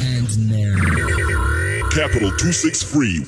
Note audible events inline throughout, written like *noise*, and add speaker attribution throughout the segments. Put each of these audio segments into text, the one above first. Speaker 1: And now.
Speaker 2: Capital 263.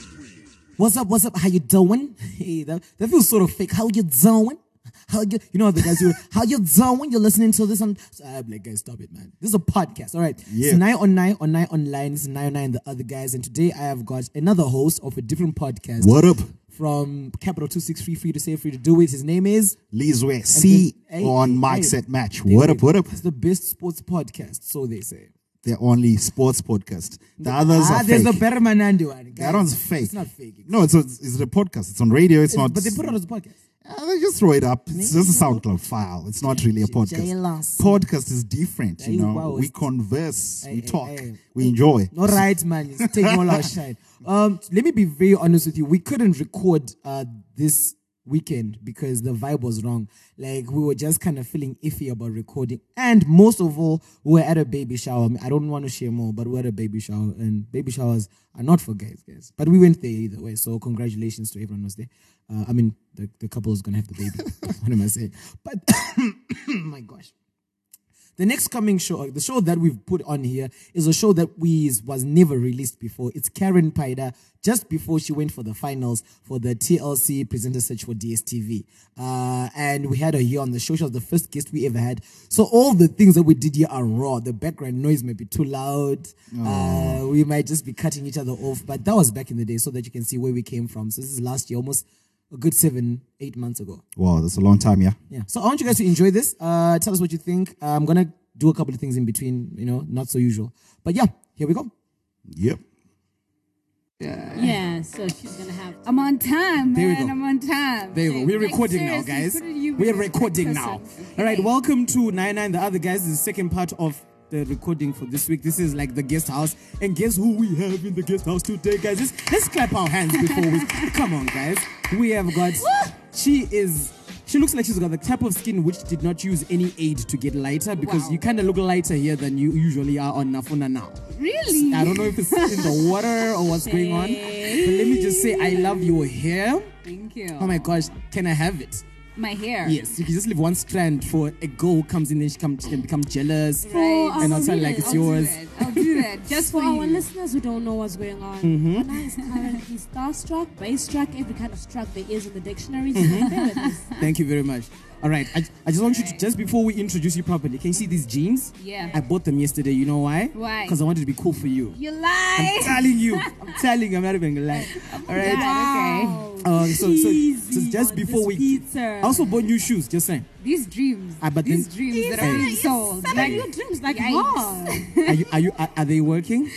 Speaker 3: What's up? What's up? How you doing? Hey, that, that feels sort of fake. How you doing? How you? You know the guys. You how you doing? You're listening to this on. So I'm like, guys, stop it, man. This is a podcast. All right.
Speaker 4: Yeah.
Speaker 3: It's nine on nine on nine online. It's nine on nine. The other guys, and today I have got another host of a different podcast.
Speaker 4: What up?
Speaker 3: From Capital Two Six Free, free to say, free to do it. His name is.
Speaker 4: Lizwe C
Speaker 3: Hey,
Speaker 4: on
Speaker 3: hey,
Speaker 4: Mark
Speaker 3: hey.
Speaker 4: Set Match. What up, what up?
Speaker 3: It's the best sports podcast, so they say.
Speaker 4: They're only sports podcast. The others
Speaker 3: ah,
Speaker 4: are
Speaker 3: there's
Speaker 4: fake.
Speaker 3: the better Manandi one. Guys.
Speaker 4: That one's fake.
Speaker 3: It's not fake. It's-
Speaker 4: No, it's a, it's a podcast. It's on radio. It's, not.
Speaker 3: but they put it on as a podcast.
Speaker 4: Ah, they just throw it up. It's just a SoundCloud file. It's not really a
Speaker 3: jealous.
Speaker 4: podcast. Podcast is different.
Speaker 3: Hey,
Speaker 4: you know,
Speaker 3: wow,
Speaker 4: we
Speaker 3: it's-
Speaker 4: converse,
Speaker 3: Hey,
Speaker 4: we
Speaker 3: hey,
Speaker 4: talk,
Speaker 3: hey.
Speaker 4: we enjoy.
Speaker 3: All right, man. It's taking all our shine. Um, let me be very honest with you. We couldn't record uh this weekend because the vibe was wrong. Like we were just kind of feeling iffy about recording, and most of all, we we're at a baby shower. I, mean, I don't want to share more, but we're at a baby shower, and baby showers are not for guys, guys. But we went there either way. So congratulations to everyone who was there. Uh, I mean, the, the couple is gonna have the baby. *laughs* what am I saying? But *coughs* my gosh. The next coming show, uh, the show that we've put on here, is a show that we was never released before. It's Karen Pider, just before she went for the finals for the TLC presenter search for DSTV. Uh, and we had her here on the show. She was the first guest we ever had. So all the things that we did here are raw. The background noise may be too loud. Uh, we might just be cutting each other off. But that was back in the day, so that you can see where we came from. So this is last year, almost a good seven, eight months ago.
Speaker 4: Wow, that's a long time, yeah?
Speaker 3: Yeah. So I want you guys to enjoy this. Uh, tell us what you think. Uh, I'm gonna do a couple of things in between. You know, not so usual. But yeah, here we go.
Speaker 4: Yep.
Speaker 5: Yeah, so she's gonna have. I'm on time, man.
Speaker 3: There we go.
Speaker 5: I'm on time.
Speaker 3: There you go.
Speaker 5: Like,
Speaker 3: We're
Speaker 5: like,
Speaker 3: recording now,
Speaker 5: seriously,
Speaker 3: guys.
Speaker 5: couldn't you be
Speaker 3: We're
Speaker 5: a better
Speaker 3: recording now.
Speaker 5: person?
Speaker 3: All right.
Speaker 5: Okay.
Speaker 3: Welcome to Nine Nine. The other guys. This is the second part of the recording for this week. This is like the guest house. And guess who we have in the guest house today, guys? Let's, let's clap our hands before
Speaker 5: *laughs*
Speaker 3: we. Come on, guys. We have got. she is. She looks like she's got the type of skin which did not use any aid to get lighter because you kind of look lighter here than you usually are on Nafuna now.
Speaker 5: Really?
Speaker 3: I don't know if it's in the water or what's going on. But let me just say, I love your hair.
Speaker 5: Thank you.
Speaker 3: Oh my gosh, can I have it?
Speaker 5: My hair.
Speaker 3: Yes, you can just leave one strand for a girl who comes in and she, come, she can become jealous.
Speaker 5: Right.
Speaker 3: And I'll tell you like it's
Speaker 5: I'll
Speaker 3: yours.
Speaker 5: Do that. I'll
Speaker 3: *laughs*
Speaker 5: do that just
Speaker 6: um,
Speaker 5: for
Speaker 6: For our
Speaker 5: you.
Speaker 6: listeners who don't know what's going on,
Speaker 3: Mm-hmm.
Speaker 6: mm is currently starstruck, basestruck, every kind of struck there is in the dictionary. So
Speaker 3: Mm-hmm.
Speaker 6: bear with us.
Speaker 3: Thank you very much. All right, I, I just want you to, just before we introduce you properly, can you see these jeans?
Speaker 5: Yeah.
Speaker 3: I bought them yesterday, you know why?
Speaker 5: Why?
Speaker 3: Because I wanted to be cool for you.
Speaker 5: You
Speaker 3: I'm
Speaker 5: lie.
Speaker 3: telling you, I'm telling you, I'm not even gonna lie. All right.
Speaker 5: Wow. Okay.
Speaker 3: Uh, so, so, so
Speaker 6: Easy
Speaker 3: just
Speaker 6: on
Speaker 3: before
Speaker 6: this
Speaker 3: we,
Speaker 6: pizza.
Speaker 3: I also bought new shoes. Just saying.
Speaker 5: These dreams.
Speaker 3: Ah, but
Speaker 5: these
Speaker 3: then-
Speaker 5: dreams that are being sold.
Speaker 6: Some of
Speaker 5: Like,
Speaker 6: your dreams, like
Speaker 5: Yikes.
Speaker 6: yours.
Speaker 3: Are you are you are, are they working?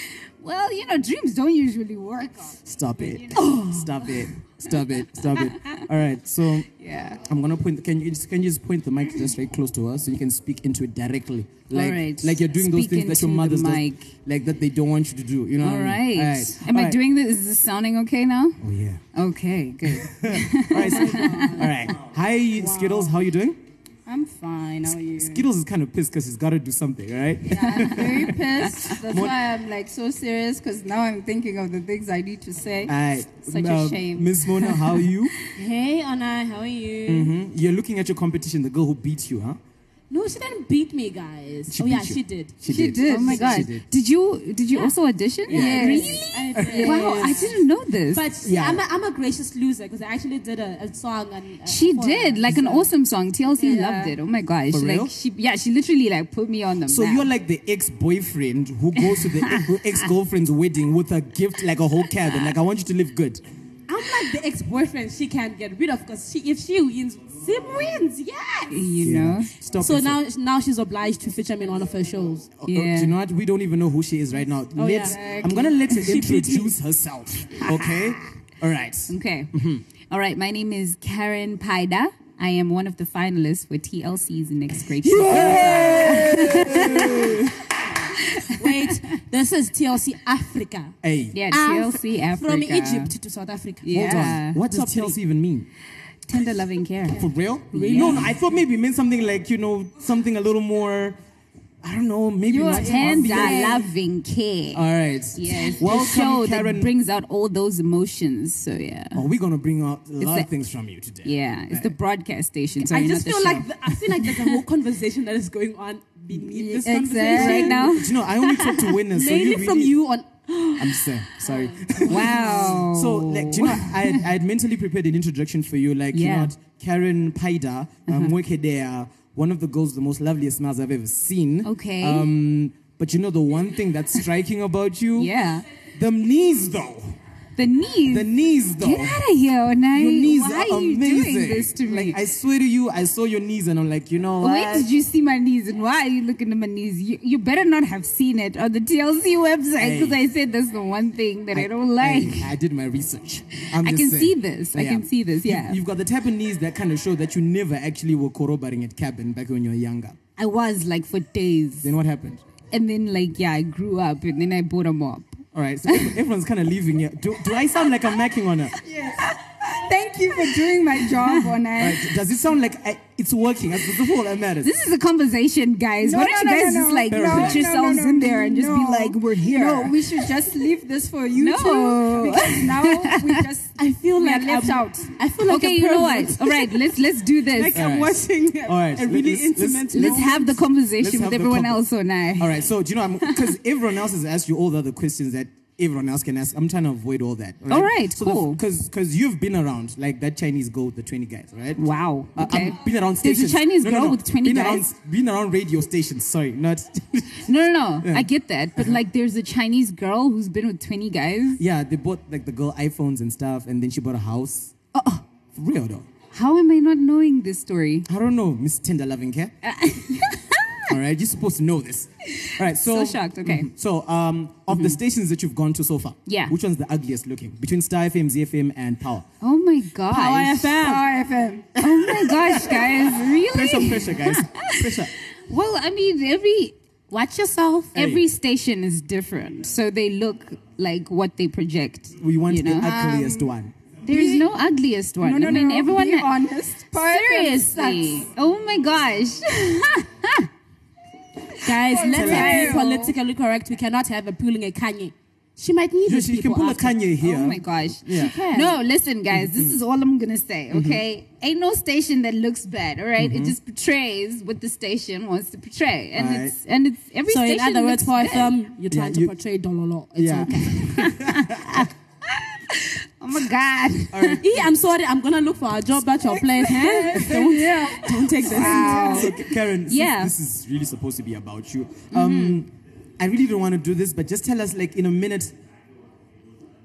Speaker 5: well, you know, dreams don't usually work.
Speaker 3: Stop
Speaker 6: *laughs*
Speaker 3: it. Stop it. Stop it. Stop it. All right. So
Speaker 5: Yeah.
Speaker 3: I'm gonna point. Can you just, can you just point the mic just very close to us so you can speak into it directly, like
Speaker 5: Alright.
Speaker 3: like you're doing those
Speaker 5: Speak
Speaker 3: things that your
Speaker 5: into
Speaker 3: mother's
Speaker 5: the
Speaker 3: does-
Speaker 5: mic.
Speaker 3: like that they don't want you to do. You know.
Speaker 5: All
Speaker 3: what I
Speaker 5: right.
Speaker 3: mean? Um, Alright.
Speaker 5: Am I
Speaker 3: Alright.
Speaker 5: doing this? Is this sounding okay now?
Speaker 3: Oh *laughs* yeah.
Speaker 5: Okay, good.
Speaker 3: *laughs* All right. so- all right. Hi Skittles. How you doing?
Speaker 5: I'm fine. How are you?
Speaker 3: Skittles is kind of pissed because he's got to do something. All right.
Speaker 5: I'm *laughs* very *laughs* pissed. That's why I'm like so serious because now I'm thinking of the things I need to say.
Speaker 3: All right.
Speaker 5: Such a
Speaker 3: Um,
Speaker 5: shame.
Speaker 3: Miss Mona, how are
Speaker 5: *laughs*
Speaker 3: you?
Speaker 6: Hey, Anna, how are you?
Speaker 3: hmm You're looking at your competition, the girl who beat you, huh?
Speaker 6: No, she didn't beat me, guys.
Speaker 3: She
Speaker 6: oh, yeah,
Speaker 3: beat you.
Speaker 6: she did.
Speaker 5: she did. Oh my god.
Speaker 3: She
Speaker 5: Did.
Speaker 3: did.
Speaker 5: you did you also audition?
Speaker 6: Yeah, I did.
Speaker 5: Wow, I didn't know this.
Speaker 6: But
Speaker 3: Yeah.
Speaker 6: I'm, a, I'm a gracious loser because I actually did a, a song. And, uh,
Speaker 5: she
Speaker 6: for her.
Speaker 5: did like an awesome song. TLC loved it. Oh my gosh!
Speaker 3: For real?
Speaker 5: Like she, yeah, she literally like put me on the
Speaker 3: So
Speaker 5: map.
Speaker 3: you're like the ex-boyfriend who goes to
Speaker 5: *laughs*
Speaker 3: the ex-girlfriend's wedding with a gift like a whole cabin. Like I want you to live good.
Speaker 6: I'm like the ex-boyfriend she can't get rid of because she, if she wins, Sim wins. Yes.
Speaker 3: Mm-hmm.
Speaker 5: you know,
Speaker 3: Stop.
Speaker 6: So
Speaker 3: it.
Speaker 6: now, now she's obliged to feature me in one of
Speaker 3: *laughs*
Speaker 6: her shows.
Speaker 3: Oh, oh,
Speaker 5: Yeah.
Speaker 3: do you know what? We don't even know who she is right now.
Speaker 6: Oh, yeah.
Speaker 3: Let's. I'm gonna let
Speaker 5: *laughs*
Speaker 3: her introduce herself. Okay. All right.
Speaker 5: Okay. All right. My name is Karen Paida. I am one of the finalists for TLC's Next Great Show.
Speaker 6: Wait, this is TLC Africa.
Speaker 3: Hey.
Speaker 5: Yeah,
Speaker 6: I'm
Speaker 5: TLC Africa.
Speaker 6: From Egypt to South Africa.
Speaker 5: Yeah.
Speaker 3: Hold on. What does
Speaker 6: Top three.
Speaker 3: TLC even mean?
Speaker 5: Tender loving care.
Speaker 3: For real? No, no. I thought maybe it meant something like you know something a little more. I don't know. Maybe
Speaker 5: Your
Speaker 3: not
Speaker 5: tender
Speaker 3: obvious.
Speaker 5: loving care.
Speaker 3: All right.
Speaker 5: Yes, the show
Speaker 3: Welcome,
Speaker 5: that
Speaker 3: Karen.
Speaker 5: brings out all those emotions. So yeah,
Speaker 3: oh, we're gonna bring out a lot
Speaker 5: a-
Speaker 3: of things from you today.
Speaker 5: yeah, it's the broadcast station. Sorry,
Speaker 6: I just
Speaker 5: not
Speaker 6: feel
Speaker 5: the
Speaker 3: *laughs*
Speaker 6: like
Speaker 5: show.
Speaker 6: the, I feel like there's a whole conversation that is going on
Speaker 1: been in this
Speaker 5: Exact-
Speaker 1: conversation.
Speaker 5: Right now.
Speaker 7: Do you know, I only talk to winners. so you
Speaker 1: Mainly
Speaker 7: really,
Speaker 1: from you on.
Speaker 3: I'm sorry. Sorry.
Speaker 5: Wow.
Speaker 3: So, like, do you know, I had, I had mentally prepared an introduction for you. Like, you know,
Speaker 5: Oh. Yeah. Mm-hmm.
Speaker 3: what? Karen Paida, um, Wekedea, one of the girls, with the most loveliest smiles I've ever seen.
Speaker 5: Okay.
Speaker 3: Um, but you know, the one thing that's striking about you?
Speaker 5: Yeah.
Speaker 3: The knees, though.
Speaker 5: The knees.
Speaker 3: The knees, though.
Speaker 5: Get out of here, Onai.
Speaker 3: Your knees
Speaker 5: Why
Speaker 3: are
Speaker 5: are you
Speaker 3: amazing.
Speaker 5: doing this to me?
Speaker 3: Like, I swear to you, I saw your knees and I'm like, you know what?
Speaker 5: when did you see my knees and why are you looking at my knees? You, you better not have seen it on the TLC website because I said that's the one thing that I, don't like.
Speaker 3: I, I did my research. I'm
Speaker 5: I
Speaker 3: just
Speaker 5: can
Speaker 3: saying.
Speaker 5: see this. I can see this,
Speaker 3: You-
Speaker 5: yeah.
Speaker 3: You've got the type of knees that kind of show that you never actually were korobaring at cabin back when you were younger.
Speaker 5: I was like for days.
Speaker 3: Then what happened?
Speaker 5: And then, like, yeah, I grew up and then I bought a mop.
Speaker 3: All right, so every- everyone's kind of leaving here. Do, do I sound like I'm macking on uh, her?
Speaker 8: Thank you for doing my *laughs* job,
Speaker 3: All
Speaker 8: Onai.
Speaker 3: right, does it sound like I, it's working? That's the whole that matters.
Speaker 5: This is a conversation, guys.
Speaker 8: No,
Speaker 5: Why don't
Speaker 8: no,
Speaker 5: you
Speaker 8: no,
Speaker 5: guys
Speaker 8: no,
Speaker 5: just,
Speaker 8: no.
Speaker 5: like,
Speaker 8: No, no,
Speaker 5: put yourselves
Speaker 8: no, no,
Speaker 5: in there and just
Speaker 8: no.
Speaker 5: be like, we're here?
Speaker 8: No, we should just leave this for you
Speaker 5: No.
Speaker 8: two because now
Speaker 5: *laughs*
Speaker 8: we just
Speaker 1: I feel
Speaker 8: we are
Speaker 1: like
Speaker 8: left
Speaker 1: I'm,
Speaker 8: out.
Speaker 1: I feel like
Speaker 5: okay,
Speaker 1: a
Speaker 5: you know
Speaker 1: pervert.
Speaker 5: what? All right, let's let's do this.
Speaker 1: Like I'm
Speaker 3: All right.
Speaker 1: watching
Speaker 3: All right,
Speaker 1: a really
Speaker 3: let's- let's-
Speaker 1: intimate.
Speaker 5: let's
Speaker 1: moment.
Speaker 5: have the conversation
Speaker 3: have
Speaker 5: with
Speaker 3: the
Speaker 5: everyone
Speaker 3: convo-
Speaker 5: else, Onai.
Speaker 3: All right, so do you know, I'm because everyone else has asked you all the other questions that everyone else can ask. I'm trying to avoid all that.
Speaker 5: All right, cool.
Speaker 3: Because you've been around, like that Chinese girl with the 20 guys, right?
Speaker 5: Wow.
Speaker 3: Uh,
Speaker 5: Okay.
Speaker 3: I've been around
Speaker 5: There's
Speaker 3: stations.
Speaker 5: a Chinese girl with 20
Speaker 3: been
Speaker 5: guys.
Speaker 3: Around, been around radio stations, sorry, not. *laughs*
Speaker 5: No, no, no. I get that.
Speaker 3: Uh-huh.
Speaker 5: But like, there's a Chinese girl who's been with 20 guys.
Speaker 3: yeah, they bought like the girl iPhones and stuff, and then she bought a house.
Speaker 5: Uh-uh.
Speaker 3: For real though.
Speaker 5: How am I not knowing this story?
Speaker 3: I don't know, Miss Tender Loving Care.
Speaker 5: Uh, *laughs*
Speaker 3: All right, you're supposed to know this. All right, so
Speaker 5: So shocked, okay. Mm-hmm.
Speaker 3: Mhm. So, um, of the stations that you've gone to so far,
Speaker 5: Yeah.
Speaker 3: which one's the ugliest looking between Star FM, ZFM, and Power?
Speaker 5: Oh my gosh.
Speaker 8: Power FM.
Speaker 5: Oh my gosh, guys.
Speaker 3: Pressure,
Speaker 5: *laughs* Really?
Speaker 3: pressure,
Speaker 5: *laughs*
Speaker 3: guys, pressure.
Speaker 5: Well, I mean, every.
Speaker 1: Watch yourself.
Speaker 3: Hey.
Speaker 5: Every station is different, so they look like what they project.
Speaker 3: We want
Speaker 5: you know? um,
Speaker 3: the ugliest one.
Speaker 5: There's no ugliest one.
Speaker 8: No, no,
Speaker 5: I mean,
Speaker 8: no.
Speaker 5: everyone.
Speaker 8: Be honest. Power FM
Speaker 5: Seriously.
Speaker 8: sucks.
Speaker 5: Oh my gosh. *laughs*
Speaker 1: Guys, let's
Speaker 8: real.
Speaker 1: be politically correct. We cannot have a pulling a Kanye. She might need
Speaker 3: You,
Speaker 1: these
Speaker 3: you can
Speaker 1: people
Speaker 3: pull
Speaker 1: after.
Speaker 3: a Kanye here.
Speaker 5: Oh my gosh.
Speaker 3: Yeah.
Speaker 1: can.
Speaker 5: No, listen, guys, this is all I'm going to say, okay? Ain't no station that looks bad, all right? It just portrays what the station wants to portray. And
Speaker 3: Right.
Speaker 5: it's and it's every
Speaker 1: So in
Speaker 5: station
Speaker 1: other words,
Speaker 5: looks
Speaker 1: for
Speaker 5: bad.
Speaker 1: FM, you're trying
Speaker 3: you-
Speaker 1: to portray Dololo. It's
Speaker 3: Yeah.
Speaker 1: okay.
Speaker 5: Oh my god.
Speaker 1: Eh, I'm sorry. I'm gonna look for a job at your place. huh? Don't, don't take this.
Speaker 3: So, K- Karen, since
Speaker 5: Yeah.
Speaker 3: this is really supposed to be about you. Um, I really don't want to do this, but just tell us, like, in a minute,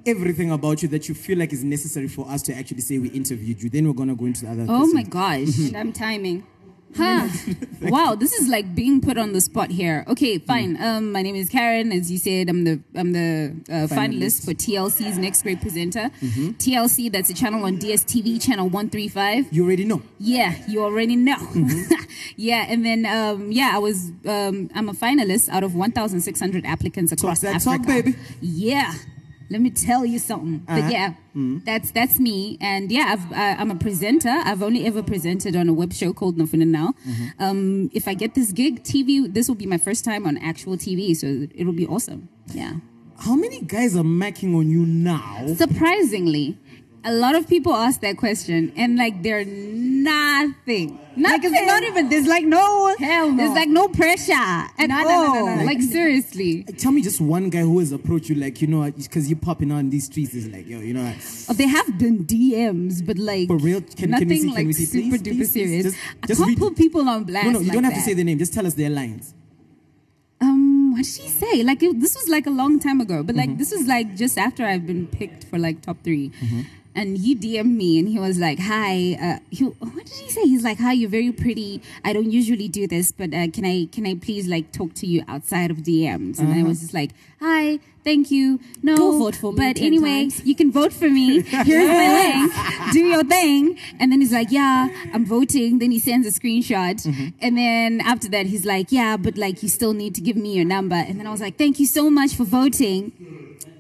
Speaker 3: everything about you that you feel like is necessary for us to actually say we interviewed you. Then we're going to go into the other.
Speaker 5: Oh my
Speaker 3: questions.
Speaker 5: gosh.
Speaker 8: And I'm timing. *laughs*
Speaker 5: Huh. wow, this is like being put on the spot here. Okay, fine. Um, my name is Karen. As you said, I'm the I'm the uh, finalist for TLC's Next Great Presenter. TLC, that's a channel on DSTV, channel 135.
Speaker 3: You already know.
Speaker 5: Yeah, you already know.
Speaker 3: Mm-hmm.
Speaker 5: *laughs* yeah, and then um, yeah, I was um, I'm a finalist out of 1,600 applicants across
Speaker 3: that talk,
Speaker 5: Africa.
Speaker 3: baby. Uh-huh.
Speaker 5: Yeah, let me tell you something. But yeah,
Speaker 3: Mm-hmm.
Speaker 5: that's that's me, and yeah, I've, uh, I'm a presenter. I've only ever presented on a web show called Nofuna Now.
Speaker 3: Mm-hmm.
Speaker 5: Um, if I get this gig, TV, this will be my first time on actual TV, so it'll be awesome. Yeah.
Speaker 3: How many guys are macking on you now?
Speaker 5: Surprisingly, a lot of people ask that question and like they're nothing. Like it's not even there's like no
Speaker 8: Hell no.
Speaker 5: There's like no pressure at
Speaker 8: No, no, no,
Speaker 5: all.
Speaker 8: no, no.
Speaker 5: Like seriously.
Speaker 3: Tell me just one guy who has approached you, like, you know, because you're popping out in these streets. Is like, yo, you know, like,
Speaker 5: Oh, they have been DMs, but like
Speaker 3: For real? Can- can we
Speaker 5: nothing
Speaker 3: see- can
Speaker 5: like
Speaker 3: we see?
Speaker 5: super
Speaker 3: Please,
Speaker 5: duper
Speaker 3: please, please,
Speaker 5: serious.
Speaker 3: just-
Speaker 5: I
Speaker 3: just
Speaker 5: can't
Speaker 3: read-
Speaker 5: put people on blast.
Speaker 3: no, no, you
Speaker 5: like
Speaker 3: don't have to
Speaker 5: that.
Speaker 3: say the name. Just tell us their lines.
Speaker 5: Um, what did she say? Like it, this was like a long time ago, but
Speaker 1: Mm-hmm.
Speaker 5: like this was like just after I've been picked for like top 3
Speaker 1: Mm-hmm.
Speaker 5: And he DM'd me and he was like, "Hi." Uh, he, what did he say? He's like, "Hi, you're very pretty. I don't usually do this, but uh, can I can I please like talk to you outside of DMs?" And I was just like, "Hi, thank you. No,
Speaker 1: Go Uh-huh. vote for me
Speaker 5: but
Speaker 1: 10
Speaker 5: anyway,
Speaker 1: times."
Speaker 5: you can vote for me. Here's my link. Do your thing. And then he's like, yeah, I'm voting. Then he sends a screenshot. And then after that, he's like, yeah, but like you still need to give me your number. And then I was like, thank you so much for voting.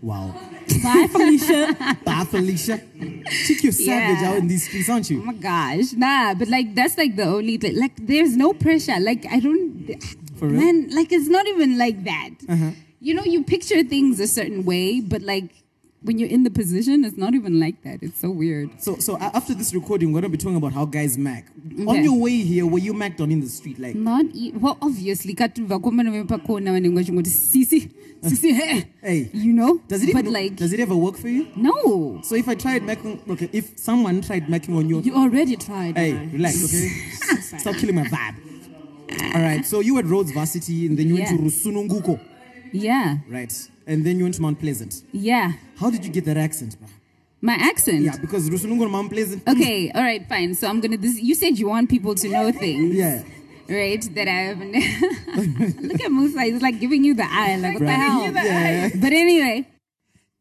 Speaker 3: Wow.
Speaker 1: Bye, Felicia.
Speaker 3: Bye, Felicia. Chick, you're savage
Speaker 5: *laughs* Yeah.
Speaker 3: out in these streets, aren't
Speaker 5: *laughs* Oh
Speaker 3: you?
Speaker 5: my gosh, nah. But like that's like the only thing. Like there's no pressure. Like I don't.
Speaker 3: For real?
Speaker 5: Man, like it's not even like that. You know, you picture things a certain way, but like when you're in the position, it's not even like that. It's so weird.
Speaker 3: So, so a- after this recording, we're gonna be talking about how guys mac. On
Speaker 5: Okay.
Speaker 3: your way here, were you macked on in the street? Like,
Speaker 5: Not e- well, obviously, kati vakomana vepakona vanenge vachingoti sisi, sisi, *laughs* hey.
Speaker 3: hey,
Speaker 5: You know?
Speaker 3: does it
Speaker 5: but
Speaker 3: even
Speaker 5: like
Speaker 3: does it ever work for you?
Speaker 5: no.
Speaker 3: So if I tried macking, okay, if someone tried macking on you,
Speaker 6: You already tried.
Speaker 3: hey,
Speaker 6: man.
Speaker 3: relax, okay? *laughs* Stop killing my vibe. All right. So you were at Rhodes Varsity, and then you
Speaker 5: Yeah.
Speaker 3: went to Rusununguko,
Speaker 5: Yeah,
Speaker 3: right? And then you went to Mount Pleasant.
Speaker 5: yeah.
Speaker 3: How did you get that accent, bro?
Speaker 5: My accent.
Speaker 3: Yeah, because Rusunungu and Mount Pleasant.
Speaker 5: Mm. Okay, all right, fine. So I'm gonna. This, you said you want people to know things,
Speaker 3: Yeah.
Speaker 5: right? That I
Speaker 3: *laughs*
Speaker 5: haven't. *laughs* Look at Musa. He's like giving you the eye. Like what the hell? But anyway,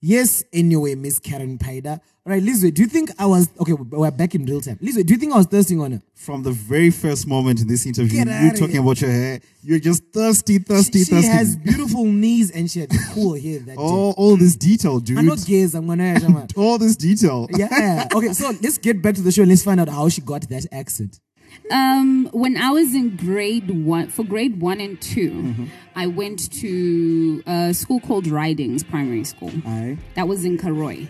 Speaker 7: Yes, anyway, Miss Karen Paida. All right, Lizzie, do you think I was okay? We're back in real time. Lizzie, do you think I was thirsting on her?
Speaker 4: From the very first moment in this interview,
Speaker 7: Get outta
Speaker 4: you talking
Speaker 7: here.
Speaker 4: about your hair, you're just thirsty, thirsty,
Speaker 7: She
Speaker 4: thirsty.
Speaker 7: has beautiful knees and she had cool hair
Speaker 3: *laughs*
Speaker 7: that day.
Speaker 3: Oh,
Speaker 4: all, all this detail, dude.
Speaker 7: I'm not gays, I'm gonna ask someone.
Speaker 4: all this detail.
Speaker 7: Yeah. Okay, so let's get back to the show and let's find out how she got that accent.
Speaker 5: um, when I was in grade one, for grade one and 2
Speaker 3: Mm-hmm.
Speaker 5: I went to a school called Ridings Primary School.
Speaker 3: Aye.
Speaker 5: That was in Karoi.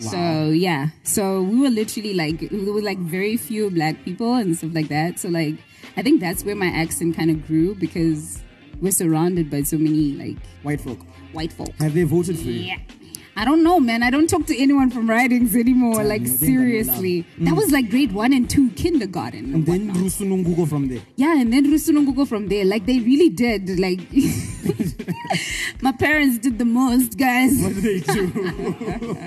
Speaker 5: So yeah, so we were literally like there were like very few black people and stuff like that. So like I think that's where my accent kind of grew because we're surrounded by so many like
Speaker 3: White folk.
Speaker 5: white folk.
Speaker 3: Have they voted for you?
Speaker 5: Yeah. I don't know, man. I don't talk to anyone from writings anymore. Like
Speaker 3: you're doing
Speaker 5: seriously, that was like grade one and two, kindergarten.
Speaker 3: Mm. And then
Speaker 5: whatnot.
Speaker 3: Rusununguko from there.
Speaker 5: yeah, and then Rusununguko from there. Like they really
Speaker 3: *laughs*
Speaker 5: did. Like my parents did the most, guys.
Speaker 3: What did *laughs* they do?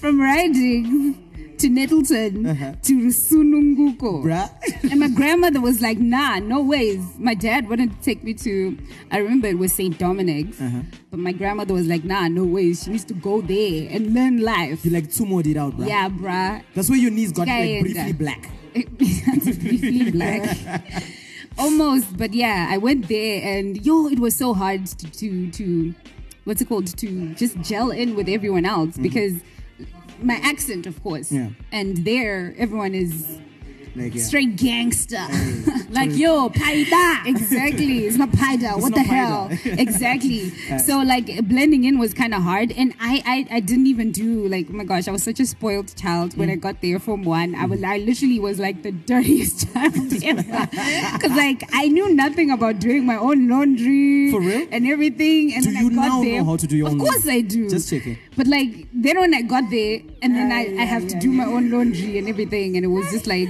Speaker 5: from riding to Nettleton to Rusununguko.
Speaker 3: *laughs* Uh-huh. Bruh.
Speaker 5: And my grandmother was like, nah, no ways. My dad wanted to take me to, I remember it was St. Dominic's,
Speaker 3: Uh-huh.
Speaker 5: but my grandmother was like, nah, no ways. She needs to go there and learn life.
Speaker 3: You like two more did out, bro.
Speaker 5: Yeah, bruh.
Speaker 3: That's where your knees got
Speaker 5: Yeah,
Speaker 3: like
Speaker 5: yeah.
Speaker 3: briefly black.
Speaker 5: briefly *laughs* black. Almost, but yeah, I went there and yo, it was so hard to to, to what's it called to just gel in with everyone else because my accent, of course,
Speaker 3: Yeah.
Speaker 5: and there everyone is
Speaker 3: Like yeah.
Speaker 5: straight gangster. *laughs*
Speaker 6: Like yo, paida.
Speaker 5: exactly, it's not paida. what the
Speaker 3: not
Speaker 5: hell? exactly. So like blending in was kind of hard, and I, I I didn't even do like oh my gosh, I was such a spoiled child when I got there from one. I was I literally was like the dirtiest *laughs* child ever because like I knew nothing about doing my own laundry
Speaker 3: For real?
Speaker 5: and everything. And
Speaker 3: Do
Speaker 5: when
Speaker 3: you
Speaker 5: I got
Speaker 3: now
Speaker 5: there,
Speaker 3: know how to do your
Speaker 5: of
Speaker 3: own
Speaker 5: Of course I
Speaker 3: laundry?
Speaker 5: do.
Speaker 3: Just checking.
Speaker 5: But like then when I got there, and then I, I have to do my own laundry and everything, and it was just like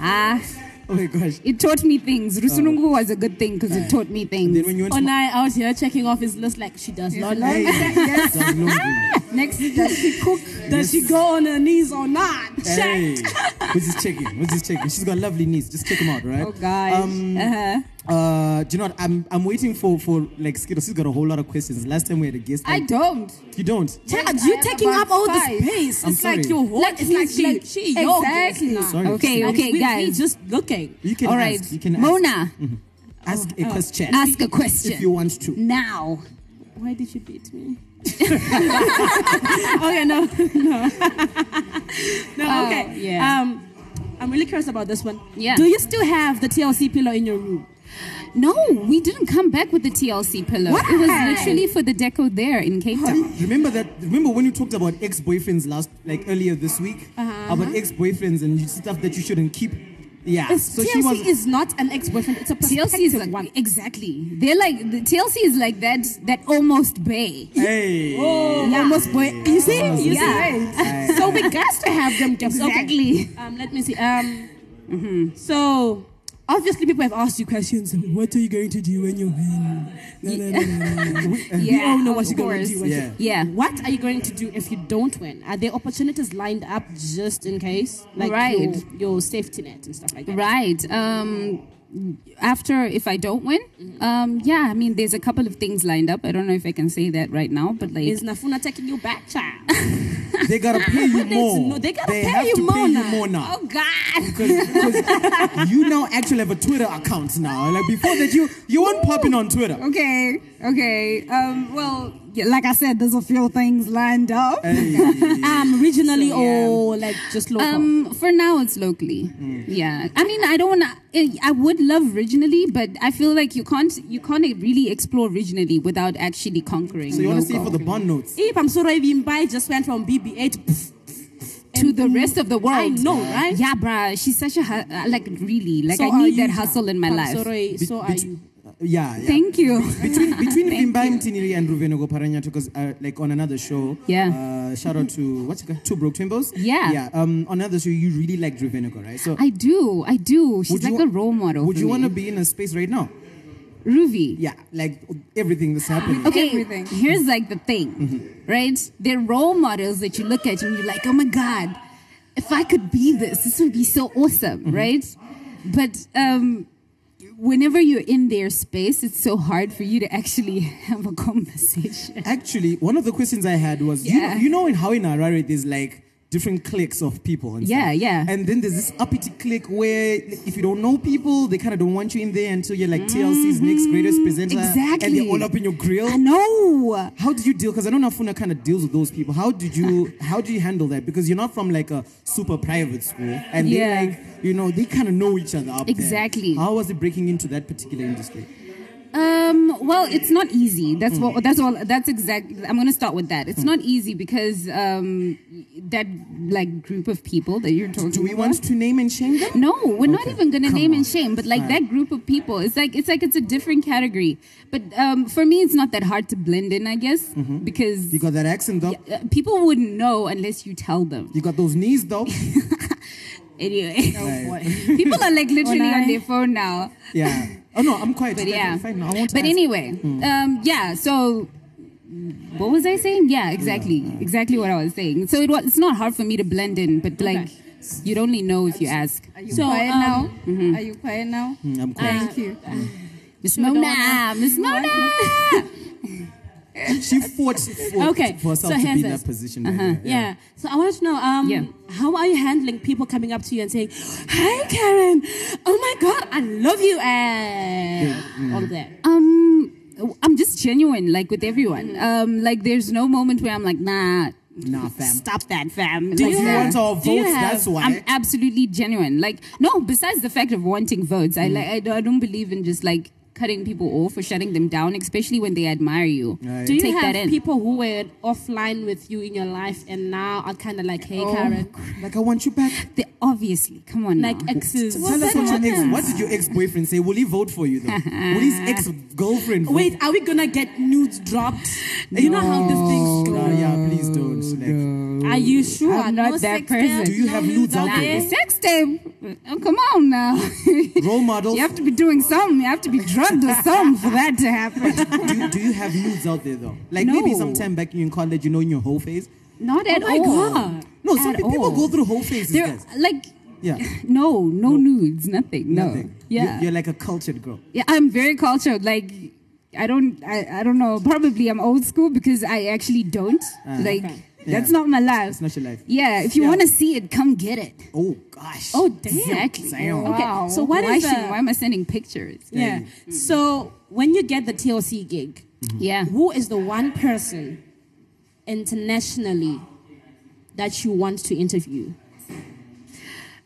Speaker 5: ah
Speaker 3: Oh my gosh.
Speaker 5: it taught me things. Rusunungu was a good thing because it taught me
Speaker 3: Oh. Then
Speaker 5: things.
Speaker 3: when you went to
Speaker 6: Onai out here checking off his list like she does not
Speaker 3: Hey,
Speaker 6: like.
Speaker 3: *laughs* that's laundry.
Speaker 5: Next, does she cook?
Speaker 6: Does she go on her knees or not?
Speaker 3: Hey, we're just checking. We're just checking. She's got lovely knees. Just check them out, right?
Speaker 5: Oh gosh.
Speaker 3: Um,
Speaker 5: uh-huh.
Speaker 3: uh, do you know what? I'm I'm waiting for for like Skittles. She's got a whole lot of questions. Last time we had a guest.
Speaker 5: I
Speaker 3: like,
Speaker 5: don't.
Speaker 3: you don't.
Speaker 6: Chad, you
Speaker 5: I have
Speaker 6: taking
Speaker 5: about
Speaker 6: up all
Speaker 5: five.
Speaker 6: the space.
Speaker 3: I'm
Speaker 6: it's like
Speaker 3: sorry.
Speaker 6: your whole
Speaker 5: Like, it's like
Speaker 6: he's
Speaker 5: she-
Speaker 6: she your guest
Speaker 5: exactly.
Speaker 6: now.
Speaker 3: Sorry.
Speaker 5: Okay,
Speaker 6: Like,
Speaker 5: okay,
Speaker 6: we- We
Speaker 5: guys.
Speaker 6: just looking.
Speaker 3: You can
Speaker 5: All
Speaker 3: ask.
Speaker 5: right,
Speaker 3: You can ask,
Speaker 5: Mona,
Speaker 3: ask a question
Speaker 5: ask a question
Speaker 3: if you want to.
Speaker 5: now.
Speaker 6: Why did you beat me? *laughs* okay, no, no, *laughs* no.
Speaker 5: Oh,
Speaker 6: okay,
Speaker 5: yeah.
Speaker 6: Um, I'm really curious about this one.
Speaker 5: Yeah.
Speaker 6: Do you still have the TLC pillow in your room?
Speaker 5: No, we didn't come back with the TLC pillow. It was
Speaker 6: Why?
Speaker 5: literally for the deco there in Cape Town.
Speaker 3: Remember that? Remember when you talked about ex-boyfriends last, like earlier this week, about ex-boyfriends and stuff that you shouldn't keep. Yeah.
Speaker 6: It's-
Speaker 3: so
Speaker 6: TLC
Speaker 3: she was.
Speaker 6: is not an ex-boyfriend. It's a
Speaker 5: TLC is
Speaker 6: protected
Speaker 5: like
Speaker 6: one.
Speaker 5: exactly. They're like the TLC is like that that almost bay.
Speaker 3: hey.
Speaker 6: Oh.
Speaker 5: Yeah.
Speaker 6: Almost boy. You see? You
Speaker 5: Yeah.
Speaker 6: see? *laughs* so we got to have them gifts. Okay.
Speaker 5: Exactly.
Speaker 6: Um, let me see. Um, So, obviously, people have asked you questions. and What are you going to do when you win? No, no, no, no, no, no.
Speaker 5: Yeah,
Speaker 6: we all know
Speaker 5: of
Speaker 6: what you're going
Speaker 5: course.
Speaker 6: to do. when you-
Speaker 3: Yeah.
Speaker 5: Yeah.
Speaker 6: What are you going to do if you don't win? Are there opportunities lined up just in case? Like
Speaker 5: Right.
Speaker 6: your, your safety net and stuff like that.
Speaker 5: Right. Um, after, if I don't win, um, yeah, I mean, there's a couple of things lined up. I don't know if I can say that right now, but like,
Speaker 6: Is Nafuna taking you back, child?
Speaker 5: *laughs*
Speaker 3: They gotta pay you more.
Speaker 6: no, they gotta pay
Speaker 3: have
Speaker 6: you
Speaker 3: to
Speaker 6: more
Speaker 3: pay
Speaker 6: now.
Speaker 3: you more now.
Speaker 5: oh God,
Speaker 3: Because you now actually have a Twitter account now. Like before that, you you weren't popping on Twitter.
Speaker 5: okay, okay. Um, well,
Speaker 8: like I said, there's a few things lined up.
Speaker 6: Um, regionally or like just local?
Speaker 5: Um, for now, it's locally.
Speaker 3: Mm.
Speaker 5: Yeah, I mean, I don't want to. I would love regionally, but I feel like you can't you can't really explore regionally without actually conquering.
Speaker 3: So you want to see
Speaker 5: local.
Speaker 3: for the bond notes?
Speaker 6: if I'm sorry, Vimbai just went from BBA to,
Speaker 5: to the rest of the world.
Speaker 6: I know, right?
Speaker 5: Yeah, bruh, she's such a hu- uh, like really like I
Speaker 6: are
Speaker 5: need
Speaker 6: you,
Speaker 5: that hustle in my
Speaker 6: I'm
Speaker 5: life.
Speaker 6: Sorry, so are you.
Speaker 3: Yeah, yeah.
Speaker 5: *laughs* Thank you. *laughs*
Speaker 3: between between Bimba Mtiniri and Ruvenugo Paranyato, because uh, like on another show,
Speaker 5: Yeah.
Speaker 3: Uh, shout out to what's it called? Two Broke Twimbos.
Speaker 5: Yeah.
Speaker 3: yeah. Um, on another show, you really liked Ruvenugo, right? So
Speaker 5: I do, I do. She's
Speaker 3: would you
Speaker 5: like a
Speaker 3: wa-
Speaker 5: role model.
Speaker 3: Would
Speaker 5: for
Speaker 3: you
Speaker 5: me.
Speaker 3: want to be in a space right now?
Speaker 5: Ruby?
Speaker 3: Yeah, like everything that's happening.
Speaker 5: Okay,
Speaker 8: Everything.
Speaker 5: here's like the thing,
Speaker 3: Mm-hmm.
Speaker 5: right? They're role models that you look at and you're like, oh my God, if I could be this, this would be so awesome,
Speaker 3: Mm-hmm.
Speaker 5: right? But um, whenever you're in their space, it's so hard for you to actually *laughs* have a conversation.
Speaker 3: Actually, one of the questions I had was, you-
Speaker 5: Yeah.
Speaker 3: you, know, in how in Harare there's like different cliques of people. And
Speaker 5: Yeah,
Speaker 3: stuff.
Speaker 5: yeah.
Speaker 3: And then there's this uppity clique where if you don't know people, they kind of don't want you in there until you're like TLC's next greatest presenter, and
Speaker 5: Mm, Exactly.
Speaker 3: they're all up in your grill.
Speaker 5: I know.
Speaker 3: How did you deal? Because I know Nafuna kind of deals with those people. How did
Speaker 5: *laughs*
Speaker 3: you how do you handle that? Because you're not from like a super private school, and
Speaker 5: Yeah.
Speaker 3: they like you know they kind of know each other up there.
Speaker 5: Exactly.
Speaker 3: How was it breaking into that particular industry?
Speaker 5: Um, well, it's not easy. That's what. That's all. That's exactly. I'm going to start with that. It's not easy because um, that like group of people that you're talking
Speaker 3: Do we
Speaker 5: about.
Speaker 3: want to name and shame them?
Speaker 5: No, we're not even gonna name and shame, but like that group of people, it's like it's like it's a different category. But um, for me, it's not that hard to blend in, I guess, because
Speaker 3: Mm-hmm. You got that accent though.
Speaker 5: uh, people wouldn't know unless you tell them.
Speaker 3: You got those knees
Speaker 5: *laughs*
Speaker 3: though.
Speaker 5: Anyway, *laughs* people are like literally on their phone now.
Speaker 3: *laughs* Yeah. Oh no, I'm quiet.
Speaker 5: But
Speaker 3: Okay,
Speaker 5: yeah.
Speaker 3: Fine. I won't
Speaker 5: But
Speaker 3: ask.
Speaker 5: anyway, um, yeah. So, what was I saying? Yeah, exactly, exactly what I was saying. So it was. It's not hard for me to blend in, but like, you'd only know if you ask.
Speaker 8: Are you
Speaker 6: So,
Speaker 8: quiet
Speaker 6: um,
Speaker 8: now? Are you quiet now?
Speaker 3: Mm, I'm quiet.
Speaker 5: uh,
Speaker 8: Thank you.
Speaker 5: Miss
Speaker 6: don't
Speaker 5: Mona, Miss Mona.
Speaker 3: she fought, fought
Speaker 6: Okay,
Speaker 3: for herself
Speaker 6: so
Speaker 3: to
Speaker 6: here's
Speaker 3: be in
Speaker 6: this.
Speaker 3: that position.
Speaker 5: Uh-huh.
Speaker 3: Yeah.
Speaker 6: Uh, Yeah. So I want to know, um,
Speaker 5: Yeah.
Speaker 6: how are you handling people coming up to you and saying, "Hi, Karen. Oh my God, I love you," and all of that.
Speaker 5: Um, I'm just genuine, like with everyone. Um, like there's no moment where I'm like, nah,
Speaker 3: Nah, fam.
Speaker 5: stop that, fam.
Speaker 3: Do
Speaker 5: like,
Speaker 3: you
Speaker 5: nah.
Speaker 3: want our votes?
Speaker 6: Do you have-
Speaker 3: That's why.
Speaker 5: I'm absolutely genuine. Like no, besides the fact of wanting votes,
Speaker 3: Mm.
Speaker 5: I like I don't, I don't believe in just like cutting people off or shutting them down, especially when they admire you.
Speaker 6: Do you
Speaker 5: Take
Speaker 6: have
Speaker 5: that in.
Speaker 6: people who were offline with you in your life and now are kind of like, "Hey,
Speaker 3: Oh,
Speaker 6: Karen,"
Speaker 3: like I want you back.
Speaker 5: They, obviously, come on,
Speaker 6: like
Speaker 5: now.
Speaker 6: exes?
Speaker 3: Tell us what your ex. What did your ex boyfriend say? Will he vote for
Speaker 5: *laughs*
Speaker 3: you though? Will his ex girlfriend?
Speaker 6: Wait, are we gonna get nudes dropped? You know how this thing's
Speaker 3: No,
Speaker 6: going.
Speaker 3: Oh, yeah, please don't.
Speaker 5: Oh,
Speaker 3: Like,
Speaker 6: Are you sure?
Speaker 5: I'm not
Speaker 6: No
Speaker 5: that
Speaker 6: sex
Speaker 5: person.
Speaker 6: tapes,
Speaker 3: Do you
Speaker 6: no
Speaker 3: have nudes out
Speaker 6: out
Speaker 3: there?
Speaker 5: Nah, sex tape. Oh, come on now.
Speaker 3: Role models.
Speaker 5: *laughs* you have to be doing something. You have to be drugged or something for that to happen.
Speaker 3: do, you- do you have nudes out there though? Like maybe
Speaker 5: No.
Speaker 3: sometime back in college, you know, in your whole phase.
Speaker 5: *laughs* Not at
Speaker 6: my
Speaker 5: all.
Speaker 6: God.
Speaker 3: No, some
Speaker 5: Oh At
Speaker 3: pe- people
Speaker 5: all.
Speaker 3: go through whole phases.
Speaker 5: There,
Speaker 3: guys.
Speaker 5: like,
Speaker 3: Yeah.
Speaker 5: *laughs* no, no, nudes, nothing, no.
Speaker 3: Nothing.
Speaker 5: Yeah,
Speaker 3: You're, you're like a cultured girl.
Speaker 5: yeah. I'm very cultured. Like, I don't, I, I don't know. Probably I'm old school because I actually don't. like, that's
Speaker 3: Ah. Yeah.
Speaker 5: not my life.
Speaker 3: That's not your life.
Speaker 5: Yeah, if you
Speaker 3: Yeah.
Speaker 5: want to see it, come get it.
Speaker 3: Oh gosh.
Speaker 6: Oh damn.
Speaker 5: Exactly.
Speaker 3: Damn.
Speaker 6: Okay, so what
Speaker 5: why
Speaker 6: is,
Speaker 5: should-
Speaker 6: uh,
Speaker 5: why am I sending pictures?
Speaker 6: Yeah.
Speaker 3: Mm.
Speaker 6: So when you get the TLC gig,
Speaker 5: Yeah.
Speaker 6: who is the one person internationally that you want to interview?